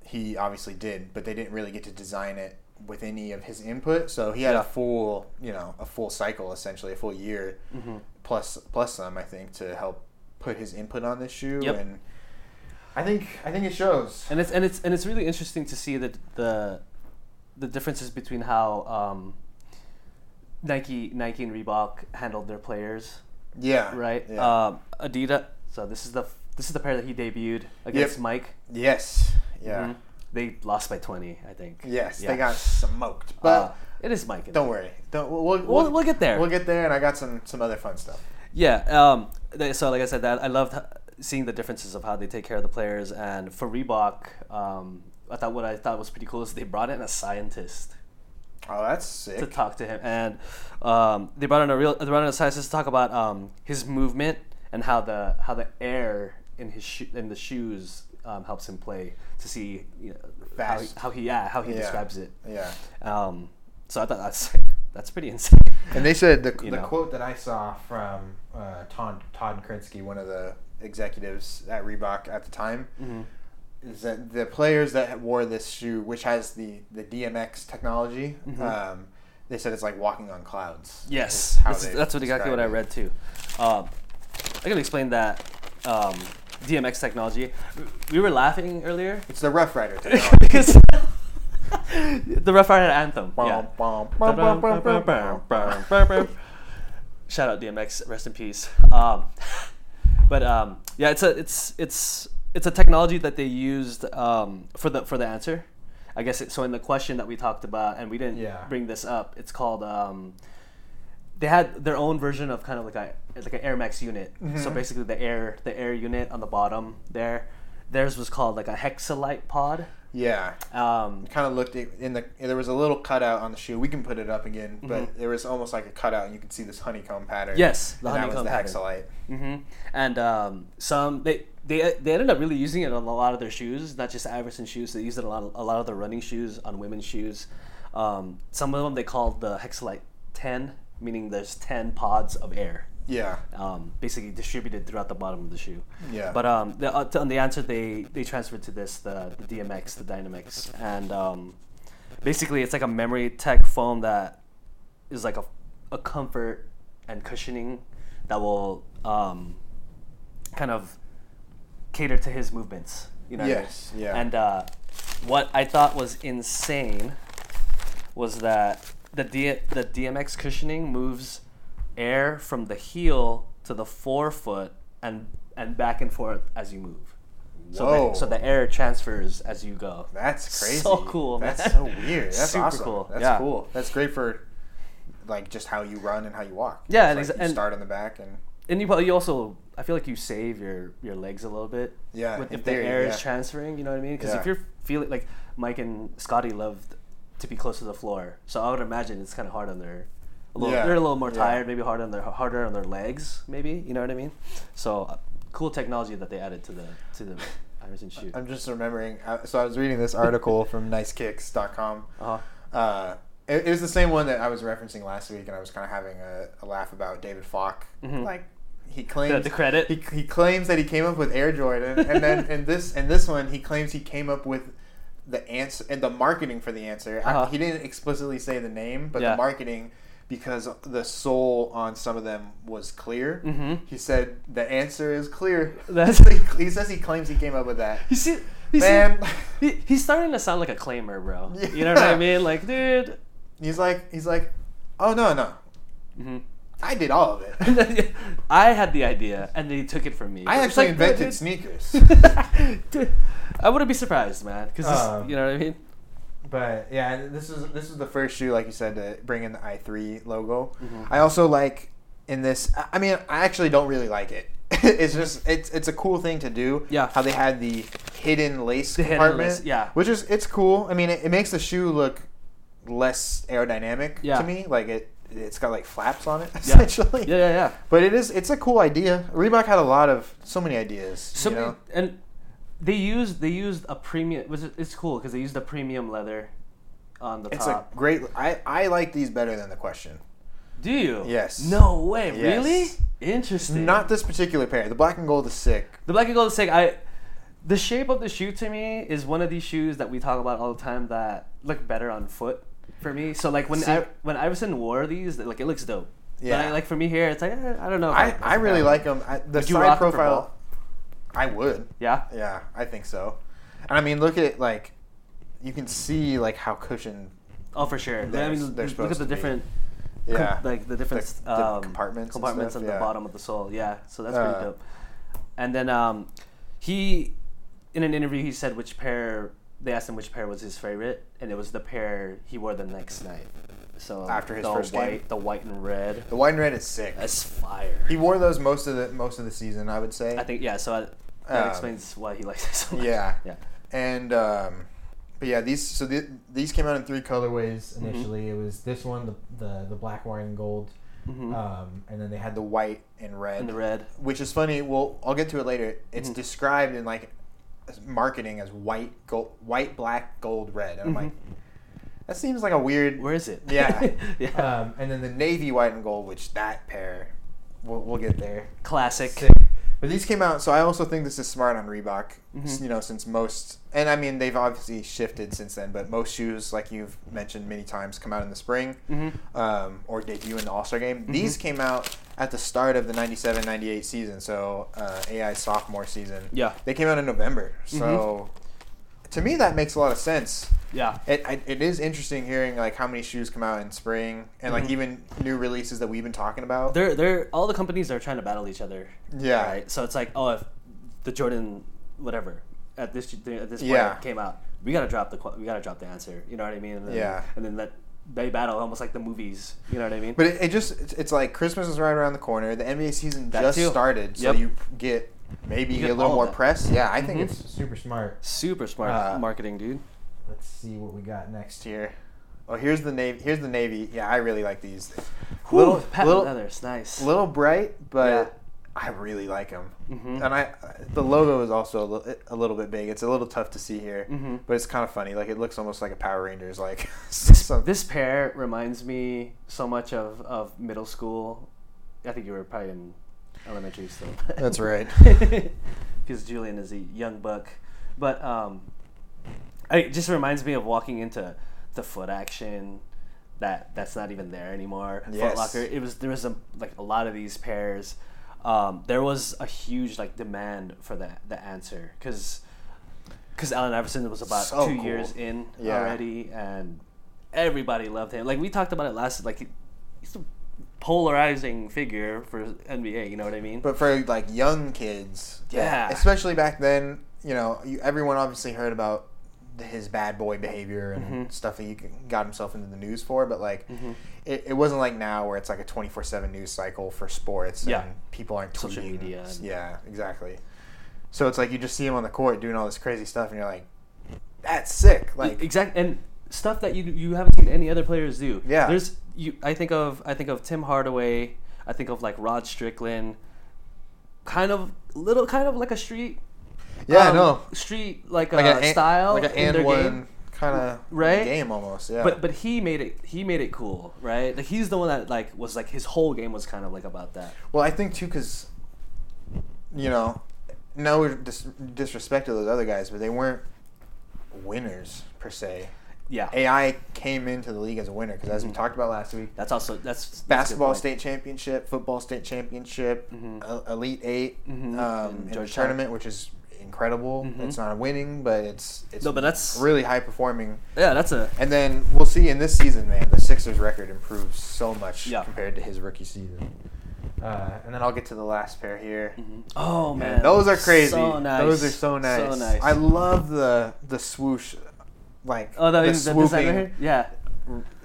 Speaker 2: he obviously did, but they didn't really get to design it with any of his input. So he had
Speaker 1: Yeah.
Speaker 2: a full, you know, a full cycle essentially, a full year
Speaker 1: Mm-hmm.
Speaker 2: plus plus some, I think, to help put his input on this shoe
Speaker 1: Yep.
Speaker 2: and. I think I think it shows.
Speaker 1: and it's and it's and it's really interesting to see that the the differences between how um, Nike Nike and Reebok handled their players,
Speaker 2: Yeah.
Speaker 1: right?
Speaker 2: Yeah.
Speaker 1: Um, Adidas. So this is the this is the pair that he debuted against Mike.
Speaker 2: yes. Yeah.
Speaker 1: Mhm. They lost by twenty, I think.
Speaker 2: Yes.
Speaker 1: Yeah.
Speaker 2: They got smoked, but
Speaker 1: Uh, it is Mike.
Speaker 2: don't worry. Don't. We'll, we'll,
Speaker 1: We'll, we'll get there.
Speaker 2: We'll get there, and I got some some other fun stuff.
Speaker 1: Yeah. Um, they, so, like I said, that I loved h- seeing the differences of how they take care of the players. And for Reebok, um, I thought what I thought was pretty cool is they brought in a scientist
Speaker 2: Oh, that's
Speaker 1: to
Speaker 2: sick.
Speaker 1: talk to him, and um, they brought in a real they brought in a scientist to talk about um, his movement and how the how the air in his sho- in the shoes um, helps him play to see you know, how, he,
Speaker 2: Fast.
Speaker 1: how he yeah how he
Speaker 2: Yeah.
Speaker 1: describes it.
Speaker 2: Yeah.
Speaker 1: Um, so I thought that's that's pretty insane.
Speaker 2: And they said the,
Speaker 1: You
Speaker 2: the
Speaker 1: know.
Speaker 2: quote,
Speaker 3: quote that I saw from uh, Todd Todd Krinsky.
Speaker 2: one of the executives at Reebok at the time,
Speaker 1: Mm-hmm.
Speaker 2: is that the players that wore this shoe, which has the the DMX technology, um, they said it's like walking on clouds.
Speaker 1: Mm-hmm. Yes,
Speaker 2: is how
Speaker 1: that's,
Speaker 2: they
Speaker 1: that's what exactly
Speaker 2: described
Speaker 1: what I
Speaker 2: it.
Speaker 1: read too. Um, I can explain that um, DMX technology. We were laughing earlier
Speaker 2: It's the Rough Rider technology.
Speaker 1: because the Rough Rider anthem. Yeah.
Speaker 2: Bum, bum, bum, bum, bum, bum, bum.
Speaker 1: Shout out DMX, rest in peace. Um, but um, yeah, it's a it's it's it's a technology that they used um, for the for the answer. I guess it, so. In the question that we talked about, and we didn't
Speaker 3: Yeah.
Speaker 1: bring this up, it's called. Um, they had their own version of kind of like a like an Air Max unit. So basically, the air the air unit on the bottom there, theirs was called like a hexalite pod.
Speaker 2: Yeah.
Speaker 1: Um,
Speaker 2: kind of looked at- in the there was a little cutout on the shoe we can put it up again but there was almost like a cutout and you could see this honeycomb pattern
Speaker 1: Mm-hmm. Yes, the
Speaker 2: and
Speaker 1: honeycomb
Speaker 2: that was the
Speaker 1: pattern.
Speaker 2: hexalite
Speaker 1: hmm And um, some they, they they ended up really using it on a lot of their shoes, not just Iverson shoes. They used it a lot a lot of their running shoes on women's shoes. Um, some of them they called the Hexalite Ten, meaning there's ten pods of air,
Speaker 2: yeah
Speaker 1: um, basically distributed throughout the bottom of the shoe.
Speaker 2: Yeah.
Speaker 1: But um, the, uh, on the answer they they transferred to this the, the DMX the Dynamics and um, basically it's like a memory tech foam that is like a, a comfort and cushioning that will um, kind of cater to his movements. You know. what I mean?
Speaker 2: Yes, yeah.
Speaker 1: And uh, what I thought was insane was that the D- the DMX cushioning moves air from the heel to the forefoot and and back and forth as you move. So
Speaker 2: Whoa.
Speaker 1: the, so the air transfers as you go.
Speaker 2: That's crazy.
Speaker 1: So cool, man.
Speaker 2: That's so weird. That's
Speaker 1: Super
Speaker 2: awesome.
Speaker 1: cool.
Speaker 2: That's
Speaker 1: Yeah.
Speaker 2: cool. That's great for like just how you run and how you walk.
Speaker 1: Yeah,
Speaker 2: It's
Speaker 1: and
Speaker 2: like
Speaker 1: exa-
Speaker 2: you
Speaker 1: and-
Speaker 2: start on the back and
Speaker 1: And you probably you also I feel like you save your your legs a little bit.
Speaker 2: Yeah,
Speaker 1: With,
Speaker 2: in
Speaker 1: if
Speaker 2: theory,
Speaker 1: the air
Speaker 2: yeah.
Speaker 1: is transferring, you know what I mean? Because
Speaker 2: Yeah.
Speaker 1: if you're feeling like Mike and Scotty loved to be close to the floor, so I would imagine it's kind of hard on their. A little,
Speaker 2: Yeah,
Speaker 1: They're a little more
Speaker 2: yeah.
Speaker 1: tired, maybe hard on their harder on their legs, maybe. You know what I mean? So, uh, cool technology that they added to the to the Iverson shoot.
Speaker 2: I'm just remembering. uh, So I was reading this article from NiceKicks.com.
Speaker 1: Uh-huh.
Speaker 2: Uh, it, it was the same one that I was referencing last week, and I was kind of having a, a laugh about David Falk.
Speaker 1: Mhm.
Speaker 2: Like he claims
Speaker 1: The- the credit?
Speaker 2: He, he claims that he came up with Air Jordan, and then in this in this one, he claims he came up with the answer and the marketing for the answer. I-
Speaker 1: Uh-huh.
Speaker 2: he didn't explicitly say the name, but
Speaker 1: Yeah.
Speaker 2: the marketing. Because the sole on some of them was clear,
Speaker 1: Mhm.
Speaker 2: he said the answer is clear.
Speaker 1: That's-
Speaker 2: he says he claims he came up with that.
Speaker 1: You see, you
Speaker 2: Man.
Speaker 1: see, he, he's starting to sound like a claimer, bro.
Speaker 2: Yeah.
Speaker 1: You know what I mean? Like, dude.
Speaker 2: He's like, he's like, oh no, no,
Speaker 1: hmm
Speaker 2: I did all of it.
Speaker 1: I had the idea, and they took it from me.
Speaker 2: I
Speaker 1: It's
Speaker 2: actually
Speaker 1: like,
Speaker 2: invented
Speaker 1: dude,
Speaker 2: sneakers.
Speaker 1: dude. Dude, I wouldn't be surprised, man. Because
Speaker 3: Um,
Speaker 1: you know what I mean.
Speaker 2: but yeah, this is this is the first shoe, like you said, to bring in the i three logo.
Speaker 1: Mhm.
Speaker 2: I also like in this. I- I mean, I actually don't really like it. it's just it's it's a cool thing to do.
Speaker 1: Yeah.
Speaker 2: how they had the hidden lace
Speaker 1: The hidden
Speaker 2: compartment.
Speaker 1: lace, yeah.
Speaker 2: which is it's cool. I mean, it, it makes the shoe look less aerodynamic
Speaker 1: Yeah.
Speaker 2: to me. Like it, it's got like flaps on it
Speaker 1: Yeah.
Speaker 2: essentially.
Speaker 1: Yeah, yeah, yeah.
Speaker 2: But it is it's a cool idea. Reebok had a lot of so many ideas.
Speaker 1: So
Speaker 2: you know?
Speaker 1: and they used they used a premium. Was it- it's cool because they used a premium leather on the
Speaker 2: It's a
Speaker 1: top.
Speaker 2: great. I I like these better than the question.
Speaker 1: Do you?
Speaker 2: Yes.
Speaker 1: No way.
Speaker 2: Yes.
Speaker 1: Really? Interesting.
Speaker 2: Not this particular pair. The black and gold is sick.
Speaker 1: The black and gold is sick. I the shape of the shoe to me is one of these shoes that we talk about all the time that look better on foot for me. So like when
Speaker 2: See-
Speaker 1: I, when Iverson wore these, like it looks dope. Yeah. But
Speaker 2: Yeah.
Speaker 1: I, like for me here, it's like eh, I don't know. if
Speaker 2: I
Speaker 1: like
Speaker 2: I
Speaker 1: this
Speaker 2: really
Speaker 1: guy.
Speaker 2: like them. I, the
Speaker 1: Would you
Speaker 2: side
Speaker 1: rock 'em for
Speaker 2: profile. I would.
Speaker 1: Yeah.
Speaker 2: Yeah, I think so. And I mean, look at like, you can see like how cushioned.
Speaker 1: Oh, for sure.
Speaker 2: They're-
Speaker 1: I mean,
Speaker 2: they're
Speaker 1: look
Speaker 2: supposed
Speaker 1: at
Speaker 2: to
Speaker 1: the
Speaker 2: be.
Speaker 1: different
Speaker 2: Yeah.
Speaker 1: com- like the different
Speaker 2: The- the
Speaker 1: um,
Speaker 2: compartments and
Speaker 1: compartments
Speaker 2: stuff,
Speaker 1: on
Speaker 2: yeah.
Speaker 1: the bottom of the sole. Yeah, so that's pretty
Speaker 2: Uh,
Speaker 1: dope. And then um, he, in an interview, he said which pair they asked him which pair was his favorite, and it was the pair he wore the next night. So
Speaker 2: After his
Speaker 1: the
Speaker 2: first game?
Speaker 1: white, the white and red.
Speaker 2: the white and red is sick.
Speaker 1: That's fire.
Speaker 2: He wore those most of the most of the season, I would say.
Speaker 1: I think yeah. So I, that
Speaker 2: Um,
Speaker 1: explains why he likes it so much.
Speaker 2: Yeah.
Speaker 1: yeah.
Speaker 2: And um, but yeah, these so the, these came out in three colorways.
Speaker 1: Mm-hmm.
Speaker 3: colorways initially. It was this one, the the, the black, white, and gold,
Speaker 1: Mhm.
Speaker 2: Uh,
Speaker 3: um, and then they had
Speaker 2: The
Speaker 3: the
Speaker 2: white and red.
Speaker 1: And the red.
Speaker 2: which is funny. Well, I'll get to it later. It's
Speaker 1: Mhm.
Speaker 2: described in like as marketing as white, gold, white, black, gold, red, and I'm like, that seems like a weird.
Speaker 1: Where is it?
Speaker 2: Yeah.
Speaker 1: yeah.
Speaker 2: Uh,
Speaker 3: um, and then
Speaker 2: The
Speaker 3: the
Speaker 2: navy white and gold, which that pair, we'll, we'll get there.
Speaker 1: Classic.
Speaker 3: sick.
Speaker 2: But these came out, so I also think this is smart on Reebok. s-
Speaker 1: Mhm.
Speaker 2: You know, since most, and I mean, they've obviously shifted since then. But most shoes, like you've mentioned many times, come out in the spring
Speaker 1: Mhm.
Speaker 2: um, or debut in the All Star game.
Speaker 1: Mm-hmm.
Speaker 2: These came out at the start of the 97 98 season, so uh, AI sophomore season.
Speaker 1: Yeah. Mm-hmm.
Speaker 2: They came out in November. So to me, that makes a lot of sense.
Speaker 1: Yeah.
Speaker 2: It, I, it is interesting hearing like how many shoes come out in spring and like
Speaker 1: Mhm.
Speaker 2: even new releases that we've been talking about.
Speaker 1: They're they're all the companies are trying to battle each other.
Speaker 2: Yeah.
Speaker 1: Right. So it's like, oh, if the Jordan whatever at this at this point
Speaker 2: Yeah.
Speaker 1: came out, we gotta drop the qu- we gotta drop the answer. You know what I mean? And then,
Speaker 2: Yeah.
Speaker 1: And then that they battle almost like the movies. You know what I mean?
Speaker 2: But it, it just it's, it's like Christmas is right around the corner. The NBA season
Speaker 1: That
Speaker 2: just
Speaker 1: too.
Speaker 2: started, so
Speaker 1: Yep.
Speaker 2: you get maybe
Speaker 1: You get
Speaker 2: a little
Speaker 1: all
Speaker 2: more
Speaker 1: of it.
Speaker 2: press. Yeah, I think
Speaker 1: Mhm.
Speaker 2: it's
Speaker 3: super smart.
Speaker 1: Super smart
Speaker 2: Uh,
Speaker 1: marketing, dude.
Speaker 3: Let's see what we got next.
Speaker 2: here. Oh, here's the navy. Here's the navy. Yeah, I really like these.
Speaker 1: Whew,
Speaker 2: little-
Speaker 1: patent
Speaker 2: little-
Speaker 1: leathers, nice.
Speaker 2: little bright, but I really like them.
Speaker 3: Mm-hmm.
Speaker 1: Mhm.
Speaker 2: And I, the logo is also a, li- a little bit big. It's a little tough to see here,
Speaker 3: Mm-hmm.
Speaker 1: Mhm.
Speaker 2: but it's kind of funny. Like it looks almost like a Power Rangers like. some,
Speaker 1: this pair reminds me so much of of middle school. I think you were probably in elementary still.
Speaker 2: That's right.
Speaker 1: because Julian is a young buck. But um, I, it just reminds me of walking into the foot action that that's not even there anymore.
Speaker 2: Yes.
Speaker 1: Foot Locker. It was there was a, like a lot of these pairs. Um, there was a huge like demand for the the answer because because Allen Iverson was about
Speaker 2: So
Speaker 1: two
Speaker 2: cool.
Speaker 1: years in
Speaker 2: Yeah.
Speaker 1: already, and everybody loved him. Like we talked about it last like. He, he's a polarizing figure for NBA, you know what I mean?
Speaker 2: but for like young kids, that-
Speaker 1: Yeah.
Speaker 2: especially back then, you know, you, everyone obviously heard about the, his bad boy behavior and
Speaker 1: Mhm.
Speaker 2: stuff that he g- got himself into the news for, but like,
Speaker 1: Mhm.
Speaker 2: it, it wasn't like now where it's like a 24 7 news cycle for sports
Speaker 1: Yeah.
Speaker 2: and people aren't tweeting.
Speaker 1: Social media and-
Speaker 2: Yeah, exactly. So it's like you just see him on the court doing all this crazy stuff and you're like, that's
Speaker 1: E,
Speaker 2: sick. Like,
Speaker 1: exactly and stuff that you you haven't seen any other players do.
Speaker 2: Yeah.
Speaker 1: There's you I think of I think of Tim Hardaway, I think of like Rod Strickland. Kind of little kind of like a street
Speaker 2: yeah,
Speaker 1: um,
Speaker 2: no.
Speaker 1: street like,
Speaker 2: Like
Speaker 1: a
Speaker 2: an-
Speaker 1: style
Speaker 2: like an
Speaker 1: in their
Speaker 2: and one
Speaker 1: game.
Speaker 2: kind of
Speaker 1: Right?
Speaker 2: game almost. Yeah.
Speaker 1: But but he made it he made it cool, right? Like he's the one that like was like his whole game was kind of like about that.
Speaker 2: Well, I think too, because you know, no dis- disrespect to those other guys, but they weren't winners per se.
Speaker 1: Yeah.
Speaker 2: AI came into the league as a winner because, as we talked about last week,
Speaker 1: Mm-hmm. That's also that's, that's a good
Speaker 2: basketball
Speaker 1: point.
Speaker 2: state championship, football state championship,
Speaker 1: Mhm.
Speaker 2: el- elite 8
Speaker 1: Mhm.
Speaker 2: um,
Speaker 1: And
Speaker 2: in the
Speaker 1: Georgetown.
Speaker 2: tournament, which is incredible.
Speaker 1: Mhm.
Speaker 2: It's not winning, but it's it's
Speaker 1: No, but that's-
Speaker 2: really high performing.
Speaker 1: Yeah, that's a
Speaker 2: And then we'll see in this season, man, the Sixers record improves so much
Speaker 1: Yeah.
Speaker 2: compared to his rookie season. Uh, and then I'll get to the last pair here.
Speaker 1: Oh man,
Speaker 2: And those are crazy.
Speaker 1: So nice.
Speaker 2: Those are so nice.
Speaker 1: So nice.
Speaker 2: I love the the swoosh, like
Speaker 1: oh, the,
Speaker 2: the,
Speaker 1: the, the
Speaker 2: swooping
Speaker 1: design right here. Yeah,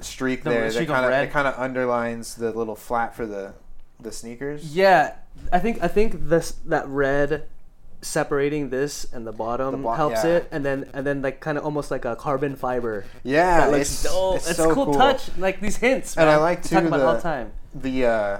Speaker 2: streak
Speaker 1: The
Speaker 2: there.
Speaker 1: streak
Speaker 2: that
Speaker 1: of
Speaker 2: kind of
Speaker 1: red.
Speaker 2: it kind of underlines the little flap for the the sneakers.
Speaker 1: yeah. I think I think this that red separating this and the bottom
Speaker 2: The bo-
Speaker 1: helps
Speaker 2: yeah.
Speaker 1: it, and then and then like kind of almost like a carbon fiber.
Speaker 2: Yeah,
Speaker 1: That looks
Speaker 2: it's
Speaker 1: dope.
Speaker 2: It's,
Speaker 1: It's,
Speaker 2: so
Speaker 1: a cool, touch. Like these hints,
Speaker 2: And
Speaker 1: man.
Speaker 2: I like,
Speaker 1: We
Speaker 2: too,
Speaker 1: talk about it all the
Speaker 2: the-
Speaker 1: time.
Speaker 2: The uh,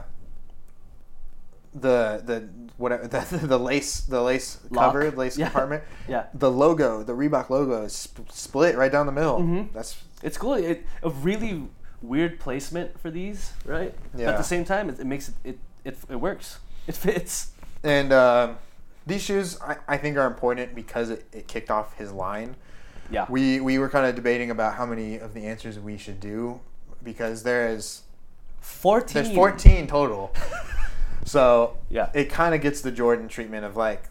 Speaker 2: the the whatever the, the lace the lace
Speaker 1: Lock.
Speaker 2: cover lace
Speaker 1: Yeah.
Speaker 2: compartment.
Speaker 1: Yeah,
Speaker 2: The logo, the Reebok logo, is sp- split right down the middle.
Speaker 1: Mhm.
Speaker 2: That's
Speaker 1: it's cool. It, a really weird placement for these, right? But
Speaker 2: Yeah.
Speaker 1: at the same time, it, it makes it it, it it works. It fits.
Speaker 2: And um these shoes, I, I think, are important because it, it kicked off his line.
Speaker 1: Yeah.
Speaker 2: We we were kind of debating about how many of the answers we should do because there is
Speaker 1: Fourteen.
Speaker 2: there's 14 total. so
Speaker 1: Yeah.
Speaker 2: it kind of gets the Jordan treatment of like,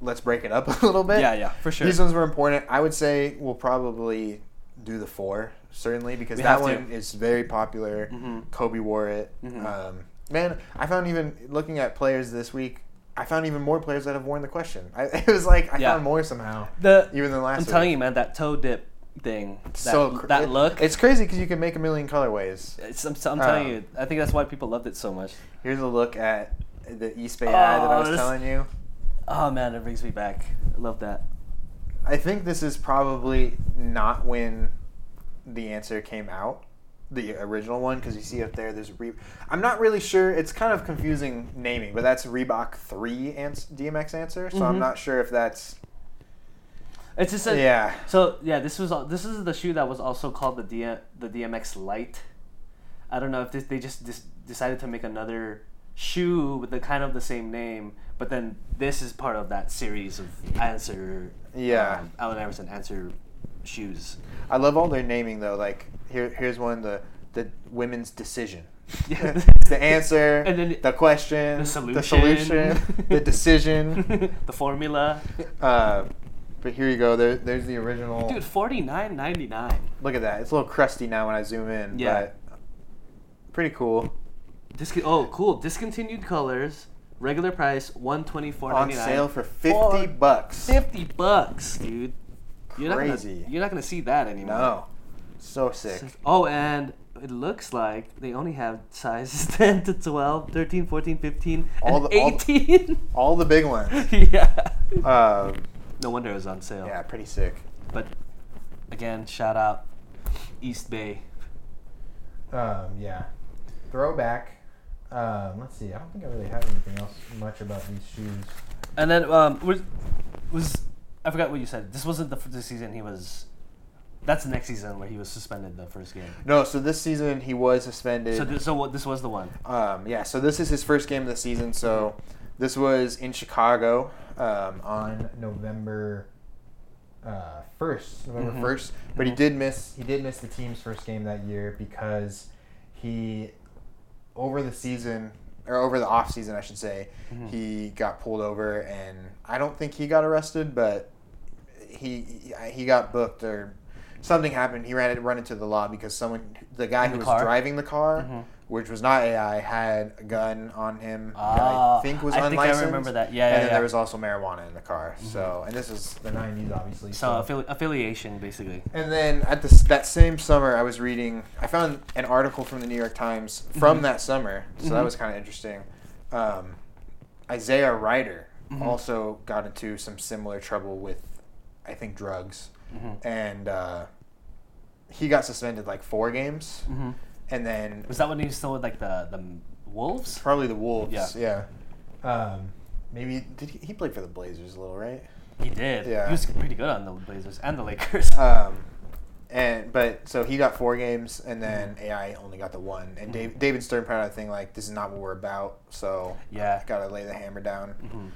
Speaker 2: let's break it up a little bit.
Speaker 1: Yeah, yeah, for sure.
Speaker 2: These ones were important. I would say we'll probably do the four certainly because
Speaker 1: We have
Speaker 2: that
Speaker 1: to.
Speaker 2: one is very popular.
Speaker 1: Mhm.
Speaker 2: Kobe wore it.
Speaker 1: Mm-hmm.
Speaker 2: Um, man, I found even looking at players this week, I found even more players that have worn the question. I, it was like I
Speaker 1: Yeah.
Speaker 2: found more somehow,
Speaker 1: The
Speaker 2: even than last.
Speaker 1: I'm
Speaker 2: week.
Speaker 1: telling you, man, that toe dip thing, that,
Speaker 2: cr-
Speaker 1: that
Speaker 2: it-
Speaker 1: look.
Speaker 2: It's crazy because you can make a million colorways.
Speaker 1: It's, I'm, I'm telling
Speaker 2: Um,
Speaker 1: you, I think that's why people loved it so much.
Speaker 2: Here's a look at the East Bay Eye that I
Speaker 1: Oh,
Speaker 2: was
Speaker 1: this-
Speaker 2: telling you.
Speaker 1: Oh man, it brings me back. I love that.
Speaker 2: I think this is probably not when the answer came out, the original one, because you see up there, there's Re- I'm not really sure. It's kind of confusing naming, but that's Reebok Three ans- DMX answer. So I'm
Speaker 1: Mhm.
Speaker 2: not sure if that's
Speaker 1: It's just a,
Speaker 2: yeah.
Speaker 1: So yeah, this was al- this is the shoe that was also called the DM, the DMX Light. I don't know if this, they just dis- decided to make another shoe with the kind of the same name, but then this is part of that series of answer.
Speaker 2: Yeah.
Speaker 1: um, Allen Iverson answer shoes.
Speaker 2: I love all their naming though. Like here, here's one the the women's decision.
Speaker 1: Yeah.
Speaker 2: the answer,
Speaker 1: And then-
Speaker 2: the question,
Speaker 1: the solution,
Speaker 2: the, solution, the decision.
Speaker 1: the formula.
Speaker 2: Uh, but here you go. There, there's the original.
Speaker 1: Dude, forty nine ninety nine.
Speaker 2: Look at that. It's a little crusty now when I zoom in.
Speaker 1: Yeah.
Speaker 2: But pretty cool.
Speaker 1: Disc- oh, cool. Discontinued colors. Regular price one twenty four
Speaker 2: On
Speaker 1: ninety nine.
Speaker 2: sale for 50
Speaker 1: Or-
Speaker 2: bucks.
Speaker 1: Fifty bucks, dude. You're Not
Speaker 2: Crazy.
Speaker 1: gonna, you're not gonna see that anymore.
Speaker 2: No. So sick.
Speaker 1: Oh, and it looks like they only have sizes 10 to 12, 13, 14, 15,
Speaker 2: All
Speaker 1: and
Speaker 2: the- all the-
Speaker 1: 18.
Speaker 2: All the big ones.
Speaker 1: yeah.
Speaker 2: Um,
Speaker 1: No wonder it was on sale.
Speaker 2: yeah, pretty sick.
Speaker 1: But again, shout out East Bay.
Speaker 3: Um, yeah. Throwback. Um, let's see. I don't think I really have anything else much about these shoes.
Speaker 1: And then um, was was I forgot what you said. This wasn't the, f- the season he was. That's the next season where he was suspended the first game.
Speaker 2: No, so this season he was suspended.
Speaker 1: So this, so what this was the one.
Speaker 2: um, yeah, so this is his first game of the season. So this was in Chicago um, on
Speaker 3: on November uh, first, November
Speaker 1: Mhm.
Speaker 2: 1st, but he did miss.
Speaker 3: He did miss the team's first game that year because he,
Speaker 2: over the season or over the off season, I should say,
Speaker 1: Mhm.
Speaker 2: he got pulled over, and I don't think he got arrested, but he he got booked or something happened. He ran it run into the law because someone, the guy
Speaker 1: In
Speaker 2: who
Speaker 1: the
Speaker 2: was
Speaker 1: car?
Speaker 2: driving the car,
Speaker 1: Mhm.
Speaker 2: which was not AI, had a gun on him. that
Speaker 1: Ah,
Speaker 2: I think was
Speaker 1: I think I
Speaker 2: unlicensed.
Speaker 1: remember that. Yeah, yeah,
Speaker 2: and then
Speaker 1: yeah. Mm-hmm.
Speaker 2: there was also marijuana in the car. So, and this is
Speaker 3: The 90s, obviously.
Speaker 1: So affili- affiliation, basically.
Speaker 2: and then at this that same summer, I was reading. I found an article from the New York Times from
Speaker 1: Mm-hmm.
Speaker 2: that summer, so that was kind of interesting. Um, Isaiah Ryder
Speaker 1: Mm-hmm.
Speaker 2: also got into some similar trouble with, I think, drugs,
Speaker 1: Mm-hmm.
Speaker 2: and uh, he got suspended like four games,
Speaker 1: Mm.
Speaker 2: and then
Speaker 1: Mm-hmm. Was that when he was still with like the the Wolves?
Speaker 2: probably the Wolves.
Speaker 1: Yeah.
Speaker 2: yeah.
Speaker 3: um,
Speaker 2: Maybe did he, he played for the Blazers a little, right?
Speaker 1: He did.
Speaker 2: Yeah.
Speaker 1: He was pretty good on the Blazers and the Lakers.
Speaker 2: Um, and but so he got four games, and then
Speaker 1: Mm-hmm.
Speaker 2: AI only got the one. And Dave, David Stern put out a thing like, "This is not what we're about." So
Speaker 1: yeah.
Speaker 2: gotta lay the hammer down,
Speaker 1: Mm-hmm.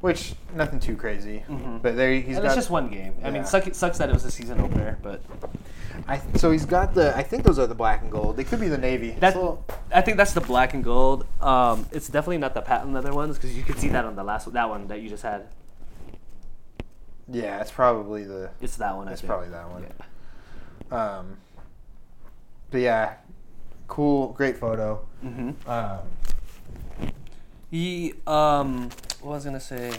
Speaker 2: which nothing too crazy.
Speaker 1: Mhm.
Speaker 2: But there he's
Speaker 1: And
Speaker 2: got.
Speaker 1: it's just one game. I mean,
Speaker 2: Yeah.
Speaker 1: suck, it sucks that it was a season opener, but
Speaker 2: I, so he's got the. I think those are the black and gold. They could be the navy. It's
Speaker 1: That-
Speaker 2: a little-
Speaker 1: I think that's the black and gold. Um, it's definitely not the patent leather ones because you could see that on the last that one that you just had.
Speaker 2: yeah, it's probably the.
Speaker 1: It's that one. I
Speaker 2: It's
Speaker 1: think.
Speaker 2: probably that one.
Speaker 1: Yeah.
Speaker 2: Um, but yeah, cool, great photo.
Speaker 1: Mm-hmm.
Speaker 3: um,
Speaker 1: He um, what was I gonna say?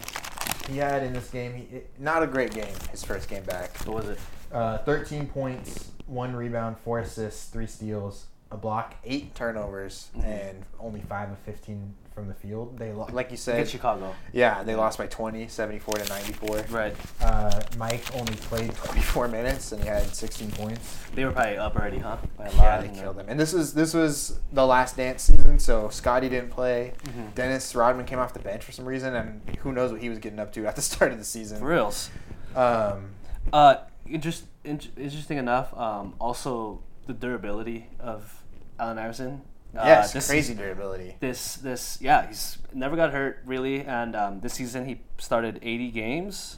Speaker 3: he had in this game he, it,
Speaker 2: Not a great game. His first game back.
Speaker 1: What was it?
Speaker 3: uh, 13 points, one rebound, four assists, three steals, a block,
Speaker 2: Eight turnovers
Speaker 1: Mm-hmm.
Speaker 2: and
Speaker 3: only five of 15 from the field. They lost.
Speaker 2: like you
Speaker 1: Against
Speaker 2: said,
Speaker 1: Chicago.
Speaker 2: yeah, they lost by 20, 74 to 94.
Speaker 1: Right.
Speaker 3: Uh, Mike only played
Speaker 2: 24 minutes, and he had 16
Speaker 3: 16
Speaker 2: points.
Speaker 3: points.
Speaker 1: They were probably up already, huh? By a lot.
Speaker 2: Yeah, they
Speaker 1: and
Speaker 2: killed
Speaker 1: then-
Speaker 2: him. And this was this was the last dance season, so Scotty didn't play.
Speaker 1: Mhm.
Speaker 2: Dennis Rodman came off the bench for some reason, and who knows what he was getting up to at the start of the season.
Speaker 1: For reals.
Speaker 2: Um,
Speaker 1: Uh, interest, in, interesting enough. Um, also the durability of Allen Iverson. Uh,
Speaker 2: yes,
Speaker 1: this
Speaker 2: crazy durability.
Speaker 1: This, this, yeah, he's never got hurt really, and um, this season he started 80 games.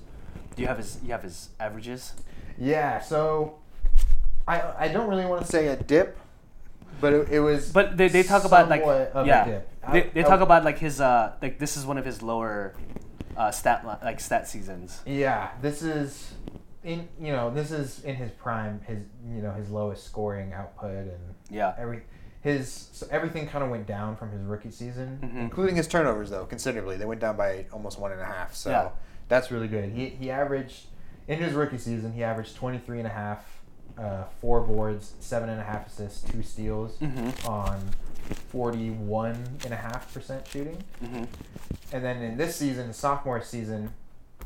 Speaker 1: Do you have his? You have his averages.
Speaker 3: Yeah, so I, I don't really want to
Speaker 2: I'd say a dip, but it, it was.
Speaker 1: But they, they talk about like
Speaker 3: Somewhat of a
Speaker 1: yeah,
Speaker 3: dip.
Speaker 1: they, they
Speaker 3: I-
Speaker 1: talk
Speaker 3: I-
Speaker 1: about like his uh like this is one of his lower uh, stat li- like stat seasons.
Speaker 3: Yeah, this is in you know this is in his prime, his you know his lowest scoring output and
Speaker 1: Yeah,
Speaker 3: every his so everything kind of went down from his rookie season.
Speaker 1: hmm
Speaker 2: including his turnovers though, considerably, they went down by almost one and a half. So
Speaker 1: Yeah.
Speaker 3: That's really good. He he averaged in his rookie season he averaged 23 and a half, uh, four boards, seven and a half assists, two steals
Speaker 1: hmm
Speaker 3: on 41 and a half percent shooting.
Speaker 1: hmm
Speaker 3: And then in this season, his sophomore season,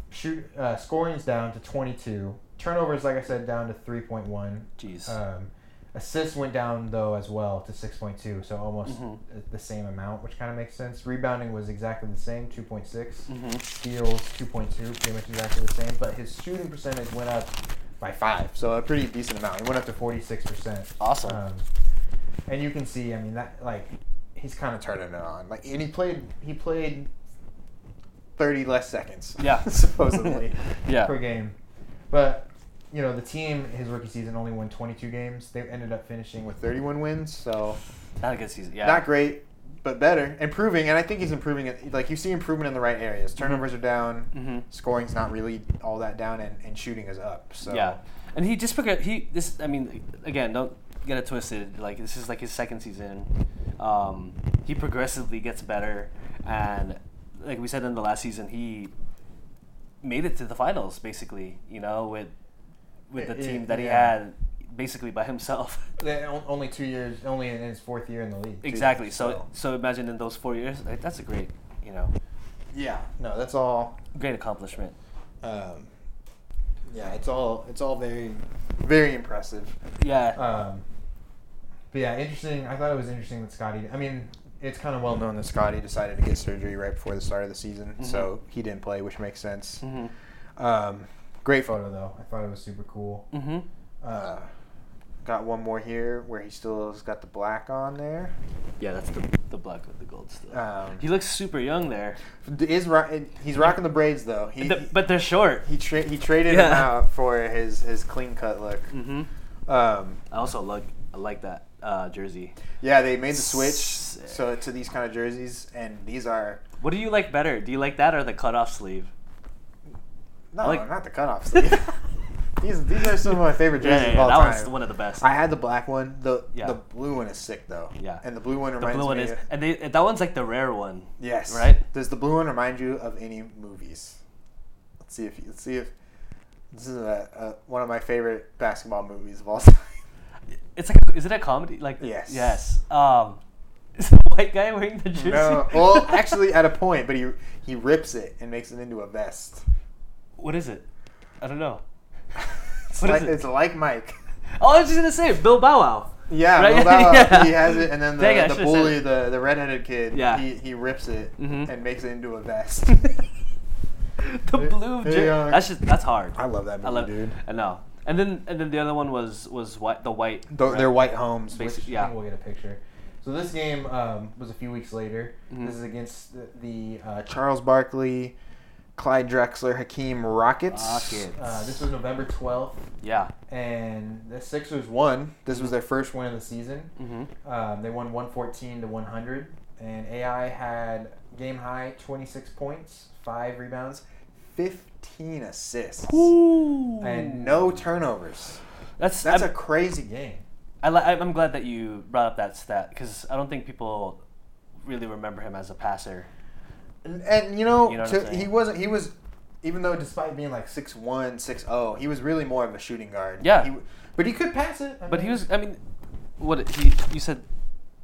Speaker 3: shoot uh, scoring's down to 22. Turnovers, like I said, down to 3.1.
Speaker 1: Jeez.
Speaker 2: Uh.
Speaker 3: Um, assists went down though as well to 6.2, so almost
Speaker 1: Mhm.
Speaker 3: th- the same amount, which kind of makes sense. Rebounding was exactly the same, 2.6.
Speaker 1: hmm
Speaker 3: Steals 2.2, pretty much exactly the same. But his shooting percentage went up by five,
Speaker 2: so a pretty decent amount. He went up to
Speaker 3: to 46 percent.
Speaker 1: Awesome.
Speaker 3: Um, and you can see, I mean, that like he's kind of
Speaker 2: turning it on, like
Speaker 3: and he played he played
Speaker 2: 30 less seconds.
Speaker 1: Yeah.
Speaker 2: supposedly.
Speaker 1: yeah.
Speaker 3: per game. But you know, the team his rookie season only won 22 games. They ended up finishing
Speaker 2: with
Speaker 3: with
Speaker 2: 31 wins, so
Speaker 1: Not a good season. Yeah.
Speaker 2: not great, but better, improving. And I think he's improving. It like you see improvement in the right areas.
Speaker 1: Mm-hmm.
Speaker 2: Turnovers are down,
Speaker 1: hmm
Speaker 2: scoring's not really all that down, and, and shooting is up. So
Speaker 1: Yeah, and he just forgot he this. I mean, again, don't get it twisted. Like this is like his second season. Um, he progressively gets better, and like we said in the last season, he made it to the finals basically. You know, with with the
Speaker 3: Yeah,
Speaker 1: team that he
Speaker 3: yeah.
Speaker 1: had basically by himself.
Speaker 3: they- on- only two years, only in his fourth year in the league.
Speaker 1: exactly. So so imagine in those four years, like, that's a great you know
Speaker 2: yeah, no, that's all.
Speaker 1: great accomplishment.
Speaker 2: Um, yeah, it's all it's all very very impressive.
Speaker 1: Yeah.
Speaker 3: Um, but yeah, interesting. I thought it was interesting that Scotty. I mean, it's kind of well
Speaker 2: Well
Speaker 3: known.
Speaker 2: known that Scotty decided to get surgery right before the start of the season,
Speaker 1: Mm-hmm.
Speaker 2: so he didn't play, which makes sense.
Speaker 1: hmm
Speaker 2: Um, great photo.
Speaker 3: Photo though, I thought it was super cool.
Speaker 1: hmm
Speaker 2: Uh, got one more here where he still has got the black on there.
Speaker 1: Yeah, that's the the black with the gold stuff.
Speaker 2: Um,
Speaker 1: he looks super young there.
Speaker 2: Is ro- he's rocking the braids though. He
Speaker 1: The- but they're short.
Speaker 2: he, tra- he traded him
Speaker 1: Yeah.
Speaker 2: out for his his clean cut look.
Speaker 1: hmm
Speaker 2: Um,
Speaker 1: I also like I like that uh, jersey.
Speaker 2: yeah, they made the switch
Speaker 1: Sick.
Speaker 2: so to these kind of jerseys, and these are
Speaker 1: What do you like better? Do you like that or the cutoff sleeve?
Speaker 2: no,
Speaker 1: I like-
Speaker 2: not the cutoff sleeve. These these are some of my favorite
Speaker 1: Yeah,
Speaker 2: jerseys
Speaker 1: yeah,
Speaker 2: of
Speaker 1: yeah,
Speaker 2: all
Speaker 1: that
Speaker 2: time.
Speaker 1: one's one of the best.
Speaker 2: I had the black one. The
Speaker 1: Yeah.
Speaker 2: the blue one is sick though.
Speaker 1: Yeah.
Speaker 2: And the blue one
Speaker 1: the
Speaker 2: reminds
Speaker 1: blue one
Speaker 2: me.
Speaker 1: is, and they, that one's like the rare one.
Speaker 2: yes.
Speaker 1: right?
Speaker 2: Does the blue one remind you of any movies? Let's see if you- let's see if this is a, a, one of my favorite basketball movies of all time.
Speaker 1: It's like, is it a comedy? Like
Speaker 2: Yes.
Speaker 1: yes. Um, is the white guy wearing the jersey?
Speaker 2: No, well, actually, at a point, but he he rips it and makes it into a vest.
Speaker 1: what is it? I don't know.
Speaker 2: It's,
Speaker 1: What is
Speaker 2: like,
Speaker 1: it?
Speaker 2: it's like Mike.
Speaker 1: Oh, I was just gonna say Bill Bow Wow.
Speaker 2: Yeah,
Speaker 1: Right?
Speaker 2: Lil Bow Wow,
Speaker 1: Yeah.
Speaker 2: he has it, and then the,
Speaker 1: Dang it, I
Speaker 2: the
Speaker 1: should've
Speaker 2: bully,
Speaker 1: said
Speaker 2: the the redheaded kid,
Speaker 1: Yeah.
Speaker 2: he, he rips it
Speaker 1: Mhm.
Speaker 2: and makes it into a vest.
Speaker 1: the blue
Speaker 2: Hey,
Speaker 1: jersey.
Speaker 2: uh,
Speaker 1: that's just that's hard.
Speaker 2: I love that movie,
Speaker 1: I love
Speaker 2: dude.
Speaker 1: I know. And then and then the other one was was white the white.
Speaker 2: Th-
Speaker 1: right?
Speaker 2: They're white homes.
Speaker 1: Basi-
Speaker 2: which-
Speaker 1: yeah.
Speaker 3: I think we'll get a picture. So this game um, was a few weeks later.
Speaker 1: Mhm.
Speaker 3: This is against the, the uh,
Speaker 2: Charles Barkley, Clyde Drexler, Hakeem Rockets.
Speaker 1: Rockets.
Speaker 3: uh, this was November twelfth,
Speaker 1: Yeah.
Speaker 3: and the Sixers
Speaker 2: There's
Speaker 3: won.
Speaker 2: one. This was their first
Speaker 3: Win
Speaker 2: win.
Speaker 3: of the season.
Speaker 1: Mm-hmm.
Speaker 3: Um, they won one fourteen to one hundred, and AI had game high twenty six points, five rebounds,
Speaker 2: Fifteen assists
Speaker 1: Ooh.
Speaker 2: and no turnovers.
Speaker 1: That's
Speaker 2: That's
Speaker 1: I'm,
Speaker 2: a crazy game.
Speaker 3: game.
Speaker 1: I li- I'm glad that you brought up that stat because I don't think people really remember him as a passer.
Speaker 2: And, and, you know,
Speaker 1: You know what
Speaker 2: to-
Speaker 1: I'm saying?
Speaker 2: he wasn't. He was, even though despite being like 6'1", 6'0", oh, he was really more of a shooting guard.
Speaker 1: Yeah.
Speaker 2: He, w- but he could pass it. I
Speaker 1: But he
Speaker 2: mean,
Speaker 1: was. I mean, what he you said?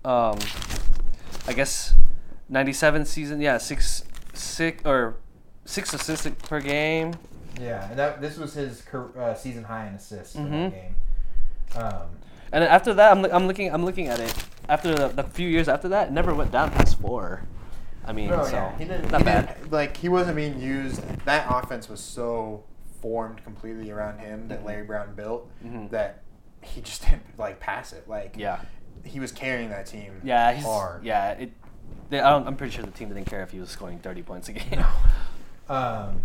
Speaker 1: Um, I guess '97 season. Yeah, six six or six assists per game.
Speaker 3: Yeah, and that this was his car- uh, season high in assists for
Speaker 1: Mhm.
Speaker 3: that game. Um,
Speaker 1: And then after that, I'm, loo- I'm looking I'm looking at it. After the, the few years after that, it never went down past four. I mean,
Speaker 3: No,
Speaker 1: so
Speaker 3: yeah, he didn't-
Speaker 1: not
Speaker 2: oh, he
Speaker 1: bad.
Speaker 2: didn't- like he wasn't being used. That offense was so formed completely around him
Speaker 1: Mm-hmm.
Speaker 2: that Larry Brown built
Speaker 1: Mhm.
Speaker 2: that he just didn't like pass it. Like
Speaker 1: Yeah,
Speaker 2: he was carrying that team.
Speaker 1: yeah, he's,
Speaker 2: hard.
Speaker 1: yeah. It, they, I don't, I'm pretty sure the team didn't care if he was scoring 30 points a game.
Speaker 3: um,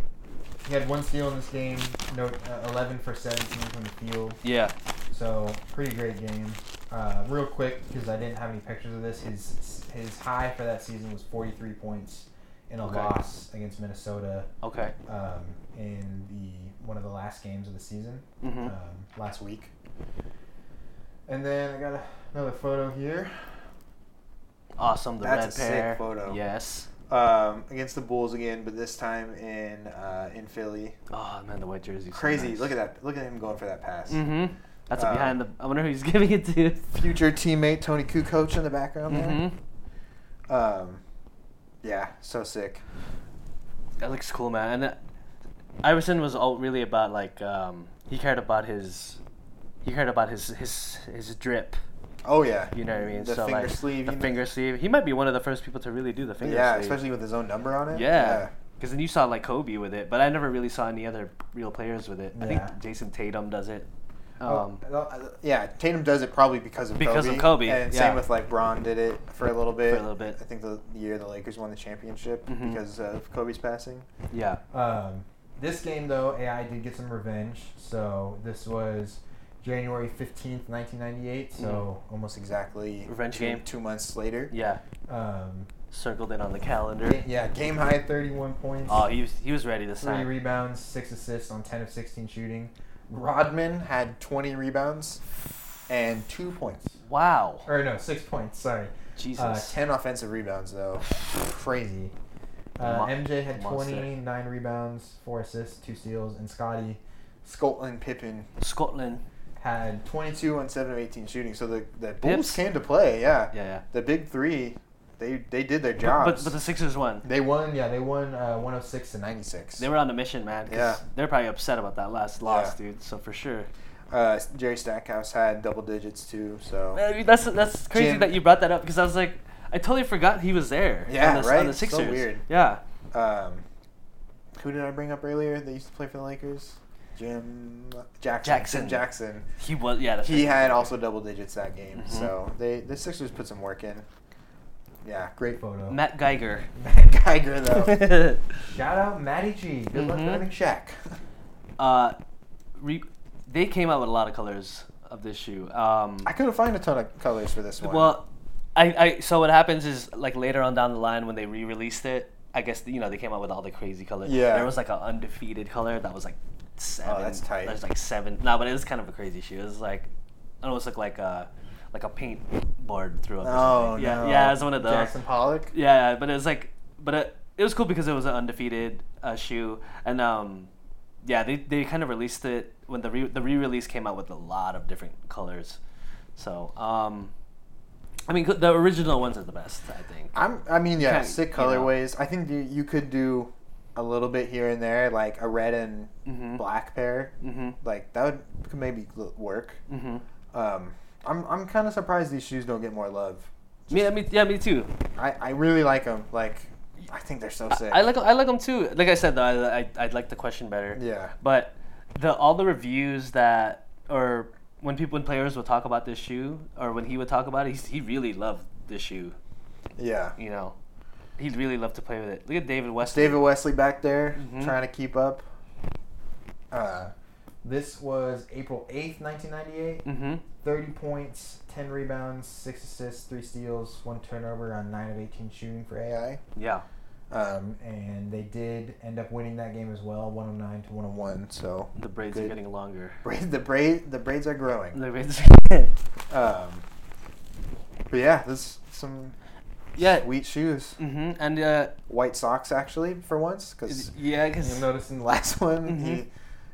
Speaker 3: he had one steal in this game. No, uh, eleven for seventeen from the field.
Speaker 1: yeah,
Speaker 3: So pretty great game. Uh, real quick, because I didn't have any pictures of this, his his high for that season was 43 points in a
Speaker 1: Okay.
Speaker 3: loss against Minnesota
Speaker 1: okay.
Speaker 3: um, in the one of the last games of the season
Speaker 1: hmm
Speaker 3: um, last
Speaker 2: Last week,
Speaker 3: And then I got a, another photo here.
Speaker 1: Awesome, the
Speaker 2: That's
Speaker 1: red
Speaker 2: a sick
Speaker 1: pair.
Speaker 2: photo.
Speaker 1: Yes.
Speaker 2: um, against the Bulls again, but this time in uh, in Philly.
Speaker 1: Oh man, the white jersey.
Speaker 2: Crazy! Look at that! Look at him going for that pass.
Speaker 1: Mm-hmm. That's a
Speaker 2: Um,
Speaker 1: behind the. I wonder who he's giving it to.
Speaker 2: Future teammate Tony Kukoc in the background
Speaker 1: hmm
Speaker 2: there. Um, yeah, so sick.
Speaker 1: That looks cool, man. And uh, Iverson was all really about like um, he cared about his he cared about his his his drip.
Speaker 2: Oh yeah.
Speaker 1: You know what I mean?
Speaker 2: The
Speaker 1: so
Speaker 2: finger
Speaker 1: like
Speaker 2: sleeve.
Speaker 1: the
Speaker 2: you know-
Speaker 1: finger sleeve. He might be one of the first people to really do the finger
Speaker 2: yeah,
Speaker 1: sleeve.
Speaker 2: especially with his own number on it.
Speaker 1: Yeah. Because then you saw like Kobe with it, but I never really saw any other real players with it. I
Speaker 3: Yeah.
Speaker 1: think Jason Tatum does it.
Speaker 2: Oh,
Speaker 1: Um,
Speaker 2: uh, yeah, Tatum does it probably because of
Speaker 1: Because
Speaker 2: Kobe.
Speaker 1: of Kobe,
Speaker 2: And
Speaker 1: yeah.
Speaker 2: same with like Braun did it for a little bit.
Speaker 1: For a little bit.
Speaker 2: I think the year the Lakers won the championship
Speaker 1: Mhm.
Speaker 2: because of Kobe's passing.
Speaker 1: yeah.
Speaker 3: Um, this game though, AI did get some revenge. So this was January 15th, 1998. So
Speaker 2: Almost exactly
Speaker 1: Mm-hmm. Revenge
Speaker 2: two,
Speaker 1: game.
Speaker 2: two months later.
Speaker 1: Yeah.
Speaker 3: um,
Speaker 1: Circled in on the calendar.
Speaker 3: ga- yeah, game high 31 points.
Speaker 1: Oh, he was he was ready this
Speaker 3: Three
Speaker 1: time.
Speaker 3: rebounds, six assists on 10 of 16 shooting.
Speaker 2: Rodman had 20 rebounds and two points.
Speaker 1: Wow.
Speaker 3: Or no, six points, sorry.
Speaker 1: Jesus.
Speaker 2: 10 Uh, offensive rebounds, though.
Speaker 3: Crazy. Uh,
Speaker 1: Mon-
Speaker 3: MJ had
Speaker 1: monster.
Speaker 3: 29 rebounds, four assists, two steals, and Scotty
Speaker 2: Scotland Pippen,
Speaker 1: Scotland.
Speaker 3: had 20.
Speaker 2: 22 on 7 of 18 shooting. So the, the Bulls
Speaker 1: Pips.
Speaker 2: came to play, yeah.
Speaker 1: Yeah, yeah.
Speaker 2: The big three, they, they did their
Speaker 1: But,
Speaker 2: jobs.
Speaker 1: but but the Sixers won.
Speaker 3: They won, yeah, they won uh, 106 to 90.
Speaker 2: 96.
Speaker 1: They were on a mission, man. 'cause
Speaker 2: Yeah.
Speaker 1: They're probably upset about that last loss,
Speaker 2: Yeah.
Speaker 1: dude. So for sure.
Speaker 2: Uh, Jerry Stackhouse had double digits too, so
Speaker 1: Man, that's that's crazy
Speaker 2: Oh. Jim-
Speaker 1: that you brought that up because I was like, I totally forgot he was there.
Speaker 2: Yeah,
Speaker 1: on the,
Speaker 2: right?
Speaker 1: On the
Speaker 2: So
Speaker 1: Sixers.
Speaker 2: weird.
Speaker 1: Yeah.
Speaker 2: um, who did I bring up earlier? They used to play for the Lakers. Jim Jackson.
Speaker 1: Jackson.
Speaker 2: Jim Jackson.
Speaker 1: He was. Yeah. That's
Speaker 2: He
Speaker 1: right.
Speaker 2: had also double digits that game.
Speaker 3: Mm-hmm.
Speaker 1: Mhm.
Speaker 2: So they the Sixers put some work in. Yeah,
Speaker 3: Great
Speaker 2: great.
Speaker 3: photo.
Speaker 1: Matt Geiger.
Speaker 2: Matt Geiger though.
Speaker 3: Shout out Matty G. Good luck running
Speaker 1: Mhm.
Speaker 2: Running Shaq.
Speaker 1: uh, re- they came out with a lot of colors of this shoe. Um,
Speaker 2: I couldn't find a ton of colors for this one.
Speaker 1: well, I, I so what happens is like later on down the line when they re-released it, I guess you know they came out with all the crazy colors.
Speaker 2: Yeah. Oh,
Speaker 1: There was like an undefeated color that was like seven.
Speaker 2: that's tight.
Speaker 1: There's like seven. No, but it was kind of a crazy shoe. It was like, it almost looked like a, like a paint board through.
Speaker 2: Oh,
Speaker 1: yeah,
Speaker 2: no.
Speaker 1: yeah, it was one of those.
Speaker 2: Jackson Pollock.
Speaker 1: Yeah, but it was like, but it, it was cool because it was an undefeated uh, shoe, and um, yeah, they, they kind of released it when the re- the re release came out with a lot of different colors, so um, I mean the original ones are the best, I think.
Speaker 2: I'm. I mean, yeah,
Speaker 1: Kinda,
Speaker 2: sick
Speaker 1: you know.
Speaker 2: colorways. I think you, you could do a little bit here and there, like a red and
Speaker 1: Mhm.
Speaker 2: black pair.
Speaker 1: Mm-hmm.
Speaker 2: Like that would could maybe l- work.
Speaker 1: Mm-hmm.
Speaker 2: Um, I'm I'm kind of surprised these shoes don't get more love.
Speaker 1: yeah, me, yeah, me too.
Speaker 2: I, I really like them. Like, I think they're so sick.
Speaker 1: I like I like them too. Like I said, though, I I I like the question better.
Speaker 2: Yeah.
Speaker 1: But the all the reviews that or when people when players would talk about this shoe or when he would talk about it, he's, he really loved this shoe.
Speaker 2: Yeah.
Speaker 1: You know, he'd really love to play with it. Look at David West.
Speaker 2: David Wesley back there
Speaker 1: Mhm.
Speaker 2: trying to keep up.
Speaker 3: Uh, this was April 8th, 1998.
Speaker 1: Mm-hmm.
Speaker 3: 30 points, 10 rebounds, 6 assists, 3 steals, 1 turnover on 9 of 18 shooting for AI.
Speaker 1: Yeah.
Speaker 2: Um,
Speaker 3: And they did end up winning that game as well, 109 to 101.
Speaker 2: one. So
Speaker 1: The braids are
Speaker 2: Good.
Speaker 1: getting longer.
Speaker 2: braid, the braid the braids are growing.
Speaker 1: The braids.
Speaker 2: Um, but yeah, there's some
Speaker 1: yeah.
Speaker 2: sweet shoes.
Speaker 1: Mm-hmm. And uh,
Speaker 2: White socks actually for once because
Speaker 1: is- yeah, because
Speaker 3: You'll notice in
Speaker 2: the
Speaker 3: the last.
Speaker 2: last one
Speaker 1: Mhm.
Speaker 2: he-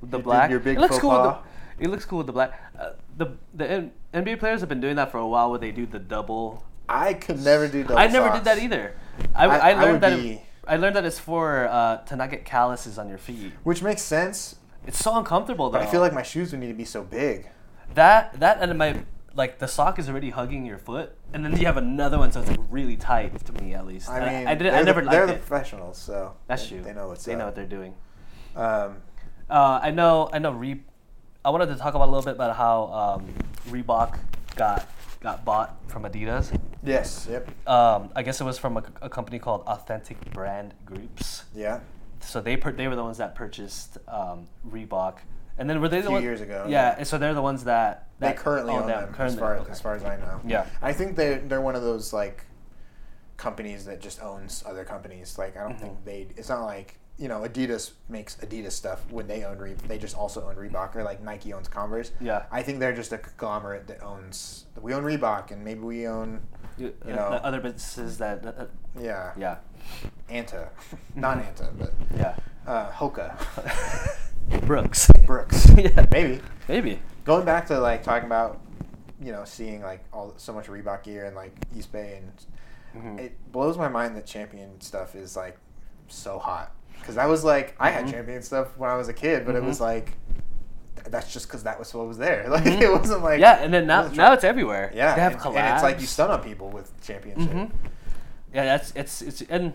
Speaker 1: the
Speaker 2: you did
Speaker 1: black.
Speaker 2: your big
Speaker 1: it looks
Speaker 2: faux
Speaker 1: cool. With
Speaker 2: pas.
Speaker 1: the, it looks cool with the black. Uh, the the N- NBA players have been doing that for a while, where they do the double.
Speaker 2: I could never do double.
Speaker 1: I never
Speaker 2: socks.
Speaker 1: did that either. I,
Speaker 2: I-
Speaker 1: I,
Speaker 2: I would
Speaker 1: learned that.
Speaker 2: be-
Speaker 1: I learned that it's for uh, to not get calluses on your feet.
Speaker 2: which makes sense.
Speaker 1: It's so uncomfortable though.
Speaker 2: But I feel like my shoes would need to be so big.
Speaker 1: that that and my like the sock is already hugging your foot, and then you have another one, so it's like really tight to me at least.
Speaker 2: I
Speaker 1: And
Speaker 2: mean,
Speaker 1: I, didn't.
Speaker 2: they're
Speaker 1: I
Speaker 2: the-
Speaker 1: never
Speaker 2: They're
Speaker 1: liked
Speaker 2: the
Speaker 1: it.
Speaker 2: professionals, so
Speaker 1: That's
Speaker 2: they,
Speaker 1: you.
Speaker 2: They know what's
Speaker 1: they
Speaker 2: up.
Speaker 1: know what they're doing.
Speaker 2: Um,
Speaker 1: Uh, I know. I know. Re- I wanted to talk about a little bit about how um, Reebok got got bought from Adidas.
Speaker 2: yes. Yep.
Speaker 1: Um, I guess it was from a, a company called Authentic Brand Groups.
Speaker 2: Yeah.
Speaker 1: So they pur- they were the ones that purchased um, Reebok, and then were they the
Speaker 2: Few
Speaker 1: ones
Speaker 2: years ago,
Speaker 1: Yeah,
Speaker 2: yeah.
Speaker 1: and so they're the ones that,
Speaker 2: They
Speaker 1: that
Speaker 2: currently
Speaker 1: own
Speaker 2: own them, as
Speaker 1: currently,
Speaker 2: far
Speaker 1: okay.
Speaker 2: as far as I know.
Speaker 1: Yeah.
Speaker 2: I think they they're one of those like companies that just owns other companies. Like I don't think
Speaker 1: Mm-hmm.
Speaker 2: they. It's not like you know Adidas makes Adidas stuff when they own Re. They just also own Reebok or like Nike owns Converse.
Speaker 1: Yeah.
Speaker 2: I think they're just a conglomerate that owns. We own Reebok and maybe we own
Speaker 1: You,
Speaker 2: you
Speaker 1: uh,
Speaker 2: know.
Speaker 1: the other businesses that uh, uh,
Speaker 2: yeah
Speaker 1: yeah
Speaker 2: Anta, not Anta but
Speaker 1: yeah
Speaker 2: uh, Hoka,
Speaker 1: Brooks
Speaker 2: Brooks.
Speaker 1: Yeah.
Speaker 2: Maybe
Speaker 1: maybe
Speaker 2: going back to like talking about you know seeing like all so much Reebok gear and like East Bay and
Speaker 1: Mhm.
Speaker 2: it blows my mind that champion stuff is like so hot because that was like I had
Speaker 1: Mhm.
Speaker 2: champion stuff when I was a kid but it was
Speaker 1: Mhm.
Speaker 2: like th- that's just because that was what was there like
Speaker 1: Mhm.
Speaker 2: it wasn't like
Speaker 1: yeah and then now
Speaker 2: wasn't
Speaker 1: now
Speaker 2: try-
Speaker 1: it's everywhere
Speaker 2: yeah
Speaker 1: they have
Speaker 2: and,
Speaker 1: collabs
Speaker 2: and it's like you stun on people with championship
Speaker 1: Mhm. yeah that's it's it's and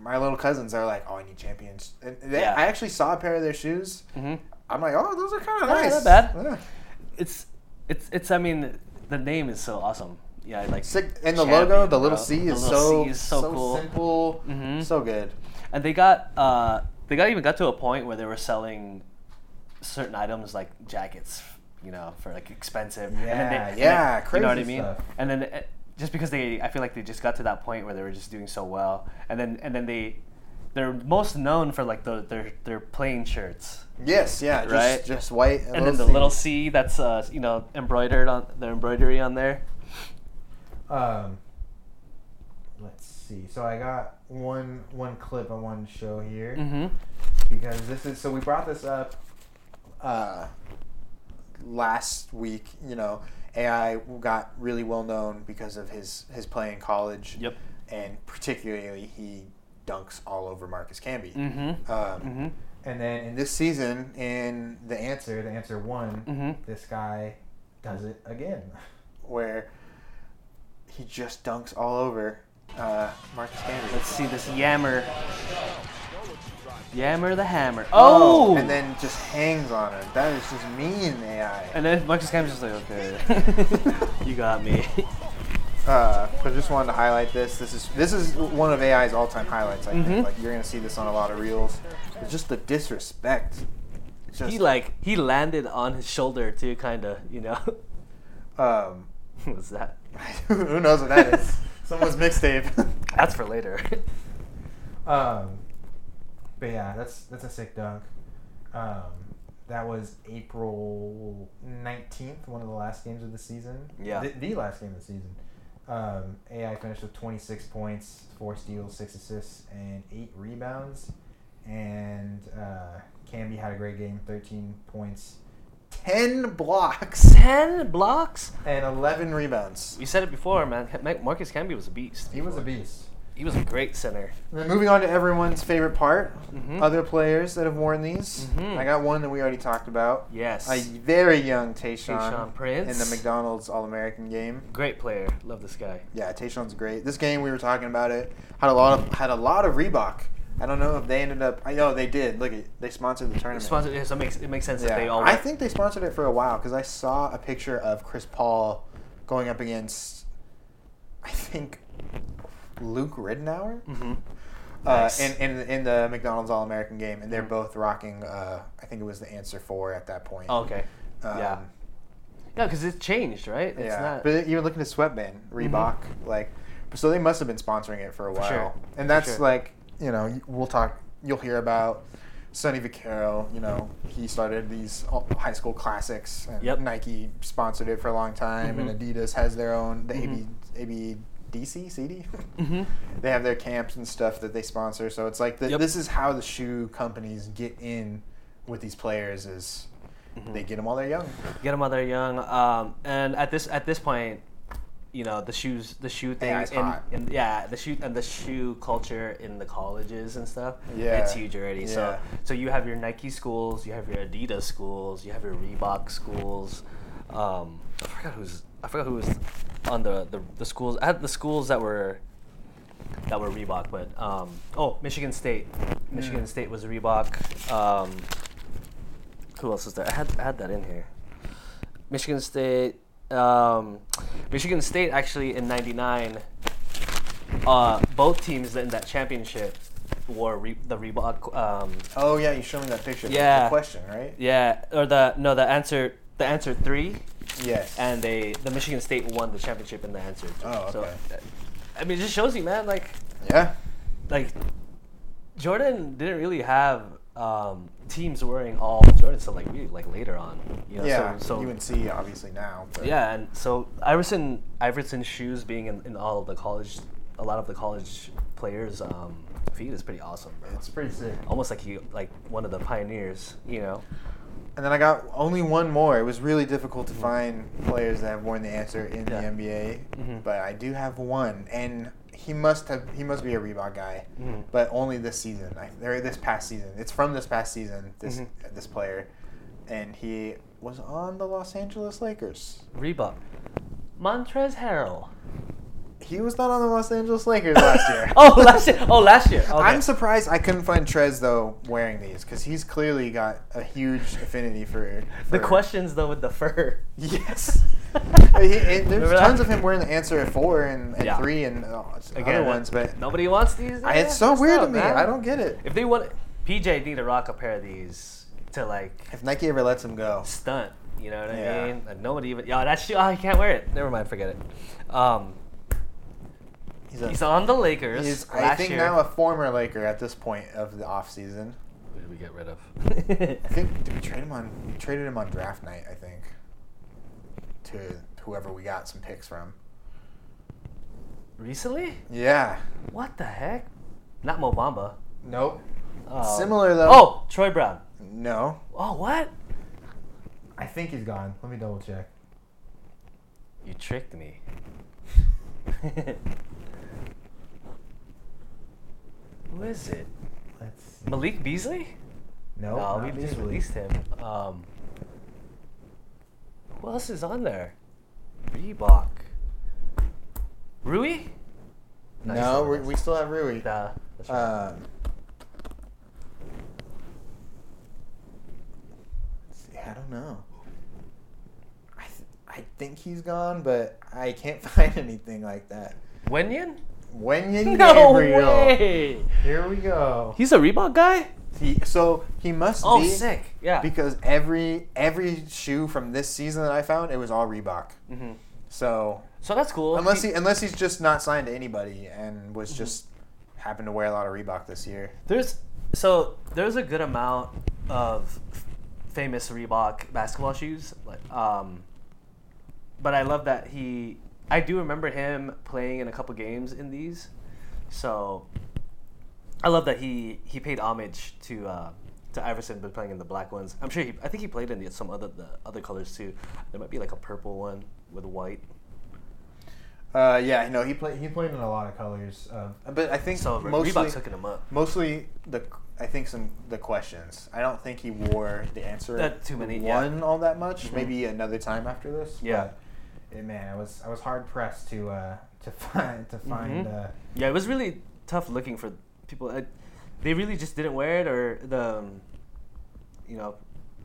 Speaker 2: my little cousins are like oh I need champions and they,
Speaker 1: Yeah.
Speaker 2: I actually saw a pair of their shoes
Speaker 1: mhm.
Speaker 2: I'm like oh those are kind of
Speaker 1: not
Speaker 2: nice
Speaker 1: bad.
Speaker 2: Yeah.
Speaker 1: it's it's it's I mean the name is so awesome yeah I like
Speaker 2: Sick and the
Speaker 1: Champion,
Speaker 2: logo, the little
Speaker 1: bro.
Speaker 2: C
Speaker 1: The
Speaker 2: is
Speaker 1: little
Speaker 2: so
Speaker 1: C is so cool.
Speaker 2: simple,
Speaker 1: Mhm.
Speaker 2: so good.
Speaker 1: and they got uh they got even got to a point where they were selling certain items like jackets you know for like expensive and then they,
Speaker 3: Yeah,
Speaker 1: and
Speaker 2: yeah,
Speaker 1: then- you know what i
Speaker 2: crazy
Speaker 1: mean
Speaker 3: stuff.
Speaker 1: and then uh, just because they i feel like they just got to that point where they were just doing so well and then and then they they're most known for like the, their their plain shirts
Speaker 2: Yes, yeah, just,
Speaker 1: Right?
Speaker 2: just white and,
Speaker 1: and then the
Speaker 2: C.
Speaker 1: little c that's uh you know embroidered on their embroidery on there
Speaker 3: Um, let's see. So I got one one clip I wanted to show here
Speaker 1: mm-hmm
Speaker 3: because this is. So we brought this up.
Speaker 2: uh, last week, you know, AI got really well known because of his his play in college.
Speaker 1: Yep.
Speaker 2: And particularly, he dunks all over Marcus Camby.
Speaker 1: mm-hmm
Speaker 2: Um,
Speaker 1: mm-hmm
Speaker 3: And then in
Speaker 2: and
Speaker 3: this
Speaker 2: this season, in the answer
Speaker 3: answer, the answer one,
Speaker 2: Mm-hmm.
Speaker 1: Mhm.
Speaker 3: this guy does it again.
Speaker 2: where he just dunks all over uh, Marcus Camby.
Speaker 1: let's see this yammer yammer the hammer oh,
Speaker 2: And then just hangs on him. That is just mean AI.
Speaker 1: And then Marcus Cam's just like, okay, you got me.
Speaker 2: Uh, but I just wanted to highlight this. This is this is one of AI's all-time highlights. I
Speaker 3: Mm-hmm.
Speaker 1: Mhm.
Speaker 2: think like you're gonna see this on a lot of reels. It's just the disrespect. It's Just,
Speaker 1: he like he landed on his shoulder too, kind of, you know.
Speaker 2: um,
Speaker 1: What's that?
Speaker 2: who knows what that is? Someone's mixtape.
Speaker 1: That's for later.
Speaker 3: Um, but yeah, that's that's a sick dunk. Um, That was April 19th, one of the last games of the season.
Speaker 1: Yeah.
Speaker 3: The, the last game of the season. Um, AI finished with 26 points, 4 steals, 6 assists, and 8 rebounds. And uh, Camby had a great game 13 points,
Speaker 2: 10 blocks,
Speaker 1: Ten blocks.
Speaker 2: and 11 rebounds.
Speaker 1: You said it before, man. Ca- Ma- Marcus Camby was a beast.
Speaker 3: He was a beast.
Speaker 1: He was a great center.
Speaker 2: And then moving on to everyone's favorite part
Speaker 1: Mhm.
Speaker 2: other players that have worn these.
Speaker 1: Mhm.
Speaker 2: I got one that we already talked about.
Speaker 1: Yes.
Speaker 2: A very young Tayshawn,
Speaker 1: Tayshaun Prince.
Speaker 2: in the McDonald's All American game.
Speaker 1: great player. Love this guy.
Speaker 2: Yeah, Tayshawn's great. This game we were talking about it had a lot of had a lot of Reebok. I don't know if they ended up. I know they did. Look, at they sponsored the tournament.
Speaker 1: Sponsor- yeah, so it makes it makes sense that they all.
Speaker 2: I
Speaker 1: went.
Speaker 2: think they sponsored it for a while because I saw a picture of Chris Paul going up against, I think, Luke Ridenour
Speaker 1: Mhm.
Speaker 2: uh,
Speaker 1: Nice.
Speaker 2: in, in in the McDonald's All American game, and they're
Speaker 1: Mhm.
Speaker 2: both rocking. Uh, I think it was the answer four at that point.
Speaker 1: Oh, okay.
Speaker 2: Um,
Speaker 1: yeah. Yeah, because it changed, right? It's
Speaker 2: yeah.
Speaker 1: not.
Speaker 2: But even looking at sweatband, Reebok, like, so they must have been sponsoring it for a while.
Speaker 1: sure. For
Speaker 2: And that's
Speaker 1: sure.
Speaker 2: like, you know, we'll talk. You'll hear about Sonny Vaccaro. You know, he started these all- high school classics. And
Speaker 1: Yep.
Speaker 2: Nike sponsored it for a long time, and
Speaker 1: Mhm.
Speaker 2: Adidas has their own. The
Speaker 1: Mhm.
Speaker 2: AB, ABDC, CD.
Speaker 1: Mhm.
Speaker 2: They have their camps and stuff that they sponsor. So it's like the,
Speaker 1: Yep.
Speaker 2: this is how the shoe companies get in with these players is
Speaker 1: Mm-hmm.
Speaker 2: they get them while they're young.
Speaker 1: Get them while they're young. Um, and at this at this point, you know the shoes the shoe thing
Speaker 2: Yeah, it's
Speaker 1: and,
Speaker 2: hot.
Speaker 1: and yeah the shoe and the shoe culture in the colleges and stuff.
Speaker 2: Yeah.
Speaker 1: it's huge already. So
Speaker 2: Yeah.
Speaker 1: so you have your Nike schools, you have your Adidas schools, you have your Reebok schools. Um, I forgot who's I forgot who was on the the, the schools. I had the schools that were that were Reebok, but um, oh Michigan State, Michigan
Speaker 2: Mm.
Speaker 1: State was Reebok. Um, who else is there? I had I had that in here. Michigan State. Um, Michigan State actually in '99. Uh, both teams in that championship wore re- the Reebok. Um,
Speaker 2: Oh yeah, you showed me that picture.
Speaker 1: Yeah.
Speaker 2: The question, right?
Speaker 1: yeah, or the no, the answer the answer three,
Speaker 2: Yes.
Speaker 1: and they the Michigan State won the championship in the answer. Three.
Speaker 2: Oh,
Speaker 1: So,
Speaker 2: okay.
Speaker 1: I mean, it just shows you, man. Like,
Speaker 2: yeah.
Speaker 1: like Jordan didn't really have um, teams wearing all Jordan stuff like really like later on. You know?
Speaker 2: yeah.
Speaker 1: So, so
Speaker 2: you can see obviously now. But
Speaker 1: Yeah, and so Iverson Iverson's shoes being in, in all of the college, a lot of the college players' um, feet is pretty awesome, bro.
Speaker 3: It's pretty sick.
Speaker 1: Almost like he like one of the pioneers, you know.
Speaker 2: And then I got only one more. It was really difficult to find players that have worn the answer in
Speaker 1: Mm-hmm. Yeah.
Speaker 2: the NBA,
Speaker 1: Mhm.
Speaker 2: but I do have one, and he must have he must be a Reebok guy,
Speaker 1: Mhm.
Speaker 2: but only this season. I, or this past season. It's from this past season. This uh,
Speaker 1: Mhm.
Speaker 2: this player, and he was on the Los Angeles Lakers.
Speaker 1: Reebok, Montrez Harrell.
Speaker 2: He was not on the Los Angeles Lakers last year.
Speaker 1: oh, last year. Oh, last year. Okay.
Speaker 2: I'm surprised I couldn't find Trez though wearing these because he's clearly got a huge affinity for,
Speaker 1: the
Speaker 2: for-
Speaker 1: questions though with the fur.
Speaker 2: Yes, He- and there's
Speaker 1: Remember that?
Speaker 2: tons of him wearing the answer at four and, and
Speaker 1: Yeah.
Speaker 2: three and uh,
Speaker 1: Again,
Speaker 2: other ones, but
Speaker 1: nobody wants these.
Speaker 2: I, it's
Speaker 1: Yeah,
Speaker 2: so weird
Speaker 1: up,
Speaker 2: to me.
Speaker 1: man.
Speaker 2: I don't get it.
Speaker 1: If they want, PJ need to rock a pair of these to like
Speaker 2: If Nike ever lets him go,
Speaker 1: stunt. You know what I
Speaker 2: Yeah.
Speaker 1: mean? Like nobody even. Yeah, that's shoe. Oh, I can't wear it. Never mind. Forget it. Um,
Speaker 2: he's a,
Speaker 1: he's on the Lakers.
Speaker 2: he's,
Speaker 1: last
Speaker 2: I think
Speaker 1: year.
Speaker 2: now a former Laker at this point of the off season.
Speaker 1: Who did we get rid of?
Speaker 2: I think did we trade him on? We traded him on draft night, I think, to whoever we got some picks from.
Speaker 1: recently.
Speaker 2: Yeah,
Speaker 1: What the heck? Not Mobamba.
Speaker 3: Nope.
Speaker 1: Um,
Speaker 2: Similar, though.
Speaker 1: Oh, Troy Brown.
Speaker 2: no.
Speaker 1: Oh, what?
Speaker 3: I think he's gone. Let me double check.
Speaker 1: You tricked me. Who is it?
Speaker 3: Let's see.
Speaker 1: Malik Beasley?
Speaker 3: Nope.
Speaker 1: no,
Speaker 3: not
Speaker 1: we just
Speaker 3: Beasley.
Speaker 1: released him. Um, who else is on there? Reebok. Rui? he's
Speaker 2: No,
Speaker 1: not
Speaker 2: we,
Speaker 1: on
Speaker 2: we
Speaker 1: this.
Speaker 2: still have Rui.
Speaker 1: Nah, that's right.
Speaker 2: Um, see, I don't know. I, th- I think he's gone, but I can't find anything like that.
Speaker 1: Wenyan?
Speaker 2: Wenyan
Speaker 1: No
Speaker 2: Gabriel.
Speaker 1: way!
Speaker 3: Here we go.
Speaker 1: He's a Reebok guy?
Speaker 2: He, so he must
Speaker 1: Oh,
Speaker 2: be
Speaker 1: sick. Yeah.
Speaker 2: because every every shoe from this season that I found, it was all Reebok.
Speaker 1: hmm
Speaker 2: So
Speaker 1: So that's cool.
Speaker 2: unless he unless he's just not signed to anybody and
Speaker 1: Mm-hmm.
Speaker 2: was just happened to wear a lot of Reebok this year.
Speaker 1: There's so there's a good amount of famous Reebok basketball shoes. Like, um, but I love that he. I do remember him playing in a couple games in these, so I love that he he paid homage to uh, to Iverson by playing in the black ones. I'm sure he. I think he played in the, some other the other colors too. There might be like a purple one with white.
Speaker 2: Uh, yeah, no, he
Speaker 3: He played. He played in a lot of colors. Of
Speaker 2: um, But I think
Speaker 1: So
Speaker 2: mostly
Speaker 1: Reebok's hooking him up.
Speaker 2: Mostly the I think some the questions. I don't think he wore the answer
Speaker 1: Not too many, yeah.
Speaker 2: one all that much.
Speaker 1: Mhm.
Speaker 2: Maybe another time after this.
Speaker 1: Yeah.
Speaker 3: but, eh, man, I was I was hard pressed to uh, to find to find.
Speaker 1: Mhm.
Speaker 2: Mm-hmm.
Speaker 3: Uh,
Speaker 1: Yeah, it was really tough looking for people. I, they really just didn't wear it, or the, um, you know,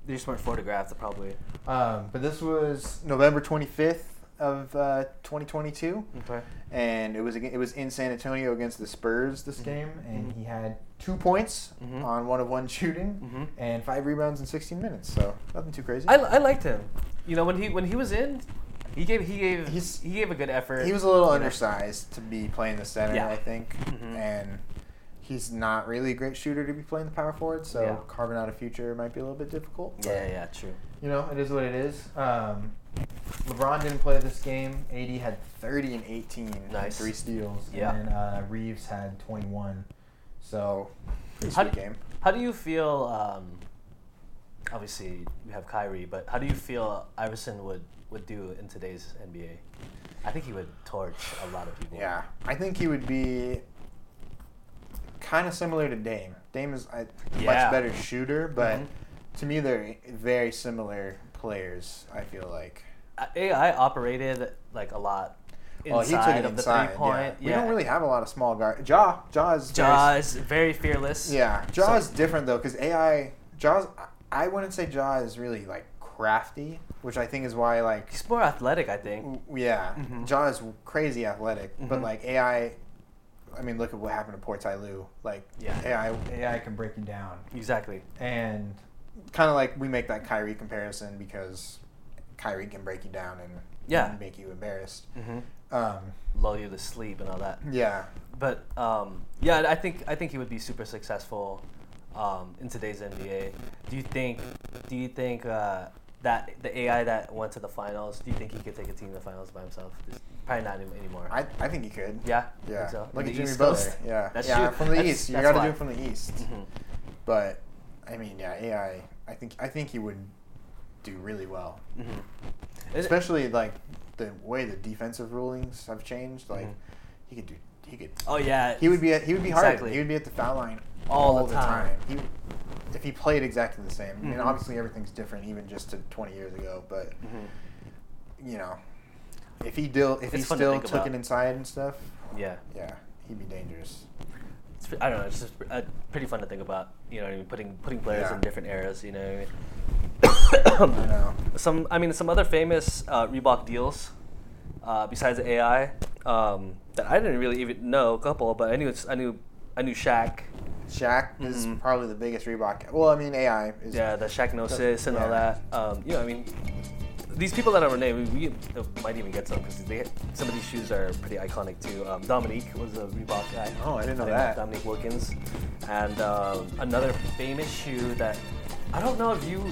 Speaker 1: they just weren't photographed probably.
Speaker 3: um, but this was
Speaker 2: November 25th of uh, 2022,
Speaker 1: Okay.
Speaker 2: and it was aga- it was in San Antonio against the Spurs. This
Speaker 3: this
Speaker 2: game,
Speaker 3: game, and
Speaker 1: Mhm.
Speaker 3: he had
Speaker 2: two points
Speaker 1: Mhm.
Speaker 2: on one of one shooting,
Speaker 1: Mhm.
Speaker 2: and five rebounds in 16 minutes. So nothing too crazy.
Speaker 1: I, I liked him. You know when he when he was in, he gave he gave
Speaker 2: He's-
Speaker 1: he gave a good effort.
Speaker 2: He was a little
Speaker 1: You know?
Speaker 2: undersized to be playing the center,
Speaker 1: Yeah.
Speaker 2: I think,
Speaker 1: Mhm.
Speaker 2: and he's not really a great shooter to be playing the power forward. So
Speaker 1: Yeah.
Speaker 2: carving out a future might be a little bit difficult. but-
Speaker 1: Yeah, yeah, true.
Speaker 3: you know it is what it is. Um, LeBron didn't play this game. AD had
Speaker 2: 30 and 18, and
Speaker 1: Nice.
Speaker 2: three steals.
Speaker 1: Yeah.
Speaker 3: and uh, Reeves had 21.
Speaker 2: So pretty
Speaker 1: How
Speaker 2: sweet
Speaker 1: d-
Speaker 2: game.
Speaker 1: How do you feel? Um, obviously, we have Kyrie, but how do you feel Iverson would would do in today's NBA? I think he would torch a lot of people.
Speaker 2: Yeah, I think he would be kind of similar to Dame. Dame is a
Speaker 1: Yeah.
Speaker 2: much better shooter, but
Speaker 3: Mm-hmm.
Speaker 1: Mhm.
Speaker 2: to me they're very similar players. I feel like.
Speaker 1: I- AI operated like a lot inside
Speaker 2: Well,
Speaker 1: of the three point.
Speaker 2: Yeah. We don't really have a lot of small guard. Jaw, Jaw is very-
Speaker 1: Jaw is very fearless.
Speaker 2: Yeah, Jaw
Speaker 1: So-
Speaker 2: is different though, because AI Jaw's. I wouldn't say Jaw is really like crafty, which I think is why like
Speaker 1: He's more athletic, I think.
Speaker 2: w- yeah,
Speaker 1: Mhm.
Speaker 2: Jaw is crazy athletic, but
Speaker 1: Mhm.
Speaker 2: like AI. I mean, look at what happened to Port Lou. Like
Speaker 1: Yeah.
Speaker 2: AI,
Speaker 3: AI can break you down,
Speaker 1: Exactly.
Speaker 3: and
Speaker 2: kind of like we make that Kyrie comparison because Kyrie can break you down and
Speaker 1: Yeah.
Speaker 2: make you embarrassed.
Speaker 1: hmm
Speaker 2: Um,
Speaker 1: Lull you to sleep and all that.
Speaker 2: yeah,
Speaker 1: But um, yeah, I think I think he would be super successful um, in today's NBA. Do you think? Do you think uh, that the AI that went to the finals? Do you think he could take a team to the finals by himself? This- Probably not him anymore.
Speaker 2: I, I think he could.
Speaker 1: yeah. you
Speaker 2: Yeah.
Speaker 1: think so?
Speaker 2: Look
Speaker 1: The
Speaker 2: at Jimmy
Speaker 1: East
Speaker 2: Butler.
Speaker 1: Coast?
Speaker 2: Yeah.
Speaker 1: That's
Speaker 2: yeah,
Speaker 1: true.
Speaker 2: from the
Speaker 1: That's-
Speaker 2: east. You
Speaker 1: that's
Speaker 2: got to
Speaker 1: why.
Speaker 2: do it from the east.
Speaker 1: Mhm.
Speaker 2: But I mean, yeah, AI. I think I think he would do really well,
Speaker 1: Mhm. It-
Speaker 2: especially like the way the defensive rulings have changed. Like
Speaker 1: Mhm.
Speaker 2: he could do. He could.
Speaker 1: oh yeah.
Speaker 2: He would be. At, he would be hard.
Speaker 1: Exactly.
Speaker 2: He would be at the foul line
Speaker 1: All the time.
Speaker 2: He, if he played exactly the same, I mean,
Speaker 1: Mhm.
Speaker 2: obviously everything's different, even just to 20 years ago. But
Speaker 1: Mhm.
Speaker 2: you know, if he still if he
Speaker 1: It's fun to
Speaker 2: still
Speaker 1: think
Speaker 2: took
Speaker 1: about.
Speaker 2: it inside and stuff,
Speaker 1: Yeah.
Speaker 2: yeah, he'd be dangerous.
Speaker 1: It's, pre- I don't know. It's just uh, pretty fun to think about. You know what I mean? Putting putting players
Speaker 2: Yeah.
Speaker 1: in different eras. You know what I mean?
Speaker 2: I know.
Speaker 1: Some I mean some other famous uh, Reebok deals uh, besides the AI um, that I didn't really even know a couple, but I knew it's, I knew I knew Shaq.
Speaker 2: Shaq is
Speaker 1: Mhm.
Speaker 2: probably the biggest Reebok. Well, I mean AI is.
Speaker 1: Yeah, the Shaqnosis and all
Speaker 2: Yeah.
Speaker 1: that. Um, you know, I mean, these people that are named, we, we might even get some because some of these shoes are pretty iconic too. Um, Dominique was a Reebok guy.
Speaker 2: Oh, I didn't know
Speaker 1: Dominique-
Speaker 2: that.
Speaker 1: Dominique Wilkins, and um, another famous shoe that I don't know if you.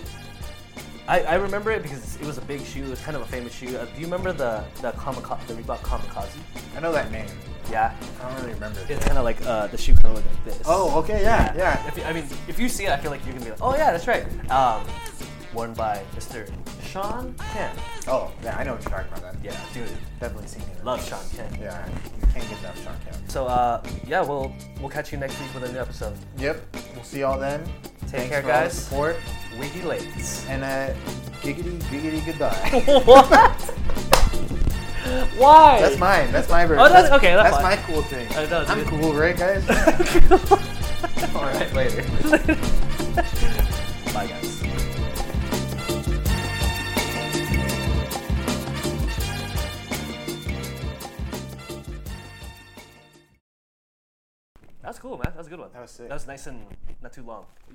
Speaker 1: I, I remember it because it was a big shoe. It was kind of a famous shoe. Uh, do you remember the the Kamikaze, the Reebok Kamikaze?
Speaker 2: I know that name.
Speaker 1: Yeah,
Speaker 2: I don't really remember.
Speaker 1: it's kind of like uh, the shoe kind of looked like this.
Speaker 2: Oh, okay, yeah, yeah.
Speaker 1: If you, I mean, if you see it, I feel like you're gonna be like, oh yeah, that's right. Um, worn by Mr. Sean Kemp.
Speaker 2: Oh, yeah, I know what you're talking about. Then.
Speaker 1: Yeah, dude,
Speaker 2: definitely seen it.
Speaker 1: love Sean Kemp.
Speaker 2: Yeah, you can't get enough Sean Kemp.
Speaker 1: So uh, yeah, we'll we'll catch you next week with a new episode.
Speaker 2: Yep. We'll see y'all then.
Speaker 1: care,
Speaker 2: Thanks for all the
Speaker 1: guys.
Speaker 2: support
Speaker 1: Wiggy Lates.
Speaker 2: and uh, giggity giggity goodbye.
Speaker 1: what? Why?
Speaker 2: that's mine. That's my version.
Speaker 1: Oh, that's- okay, that's
Speaker 2: my
Speaker 1: fine.
Speaker 2: cool thing.
Speaker 1: I know,
Speaker 2: I'm
Speaker 1: dude.
Speaker 2: cool, right, guys?
Speaker 1: All right,
Speaker 2: later.
Speaker 1: bye guys. That's cool, man. That's a good one.
Speaker 2: That was sick.
Speaker 1: That was nice and not too long.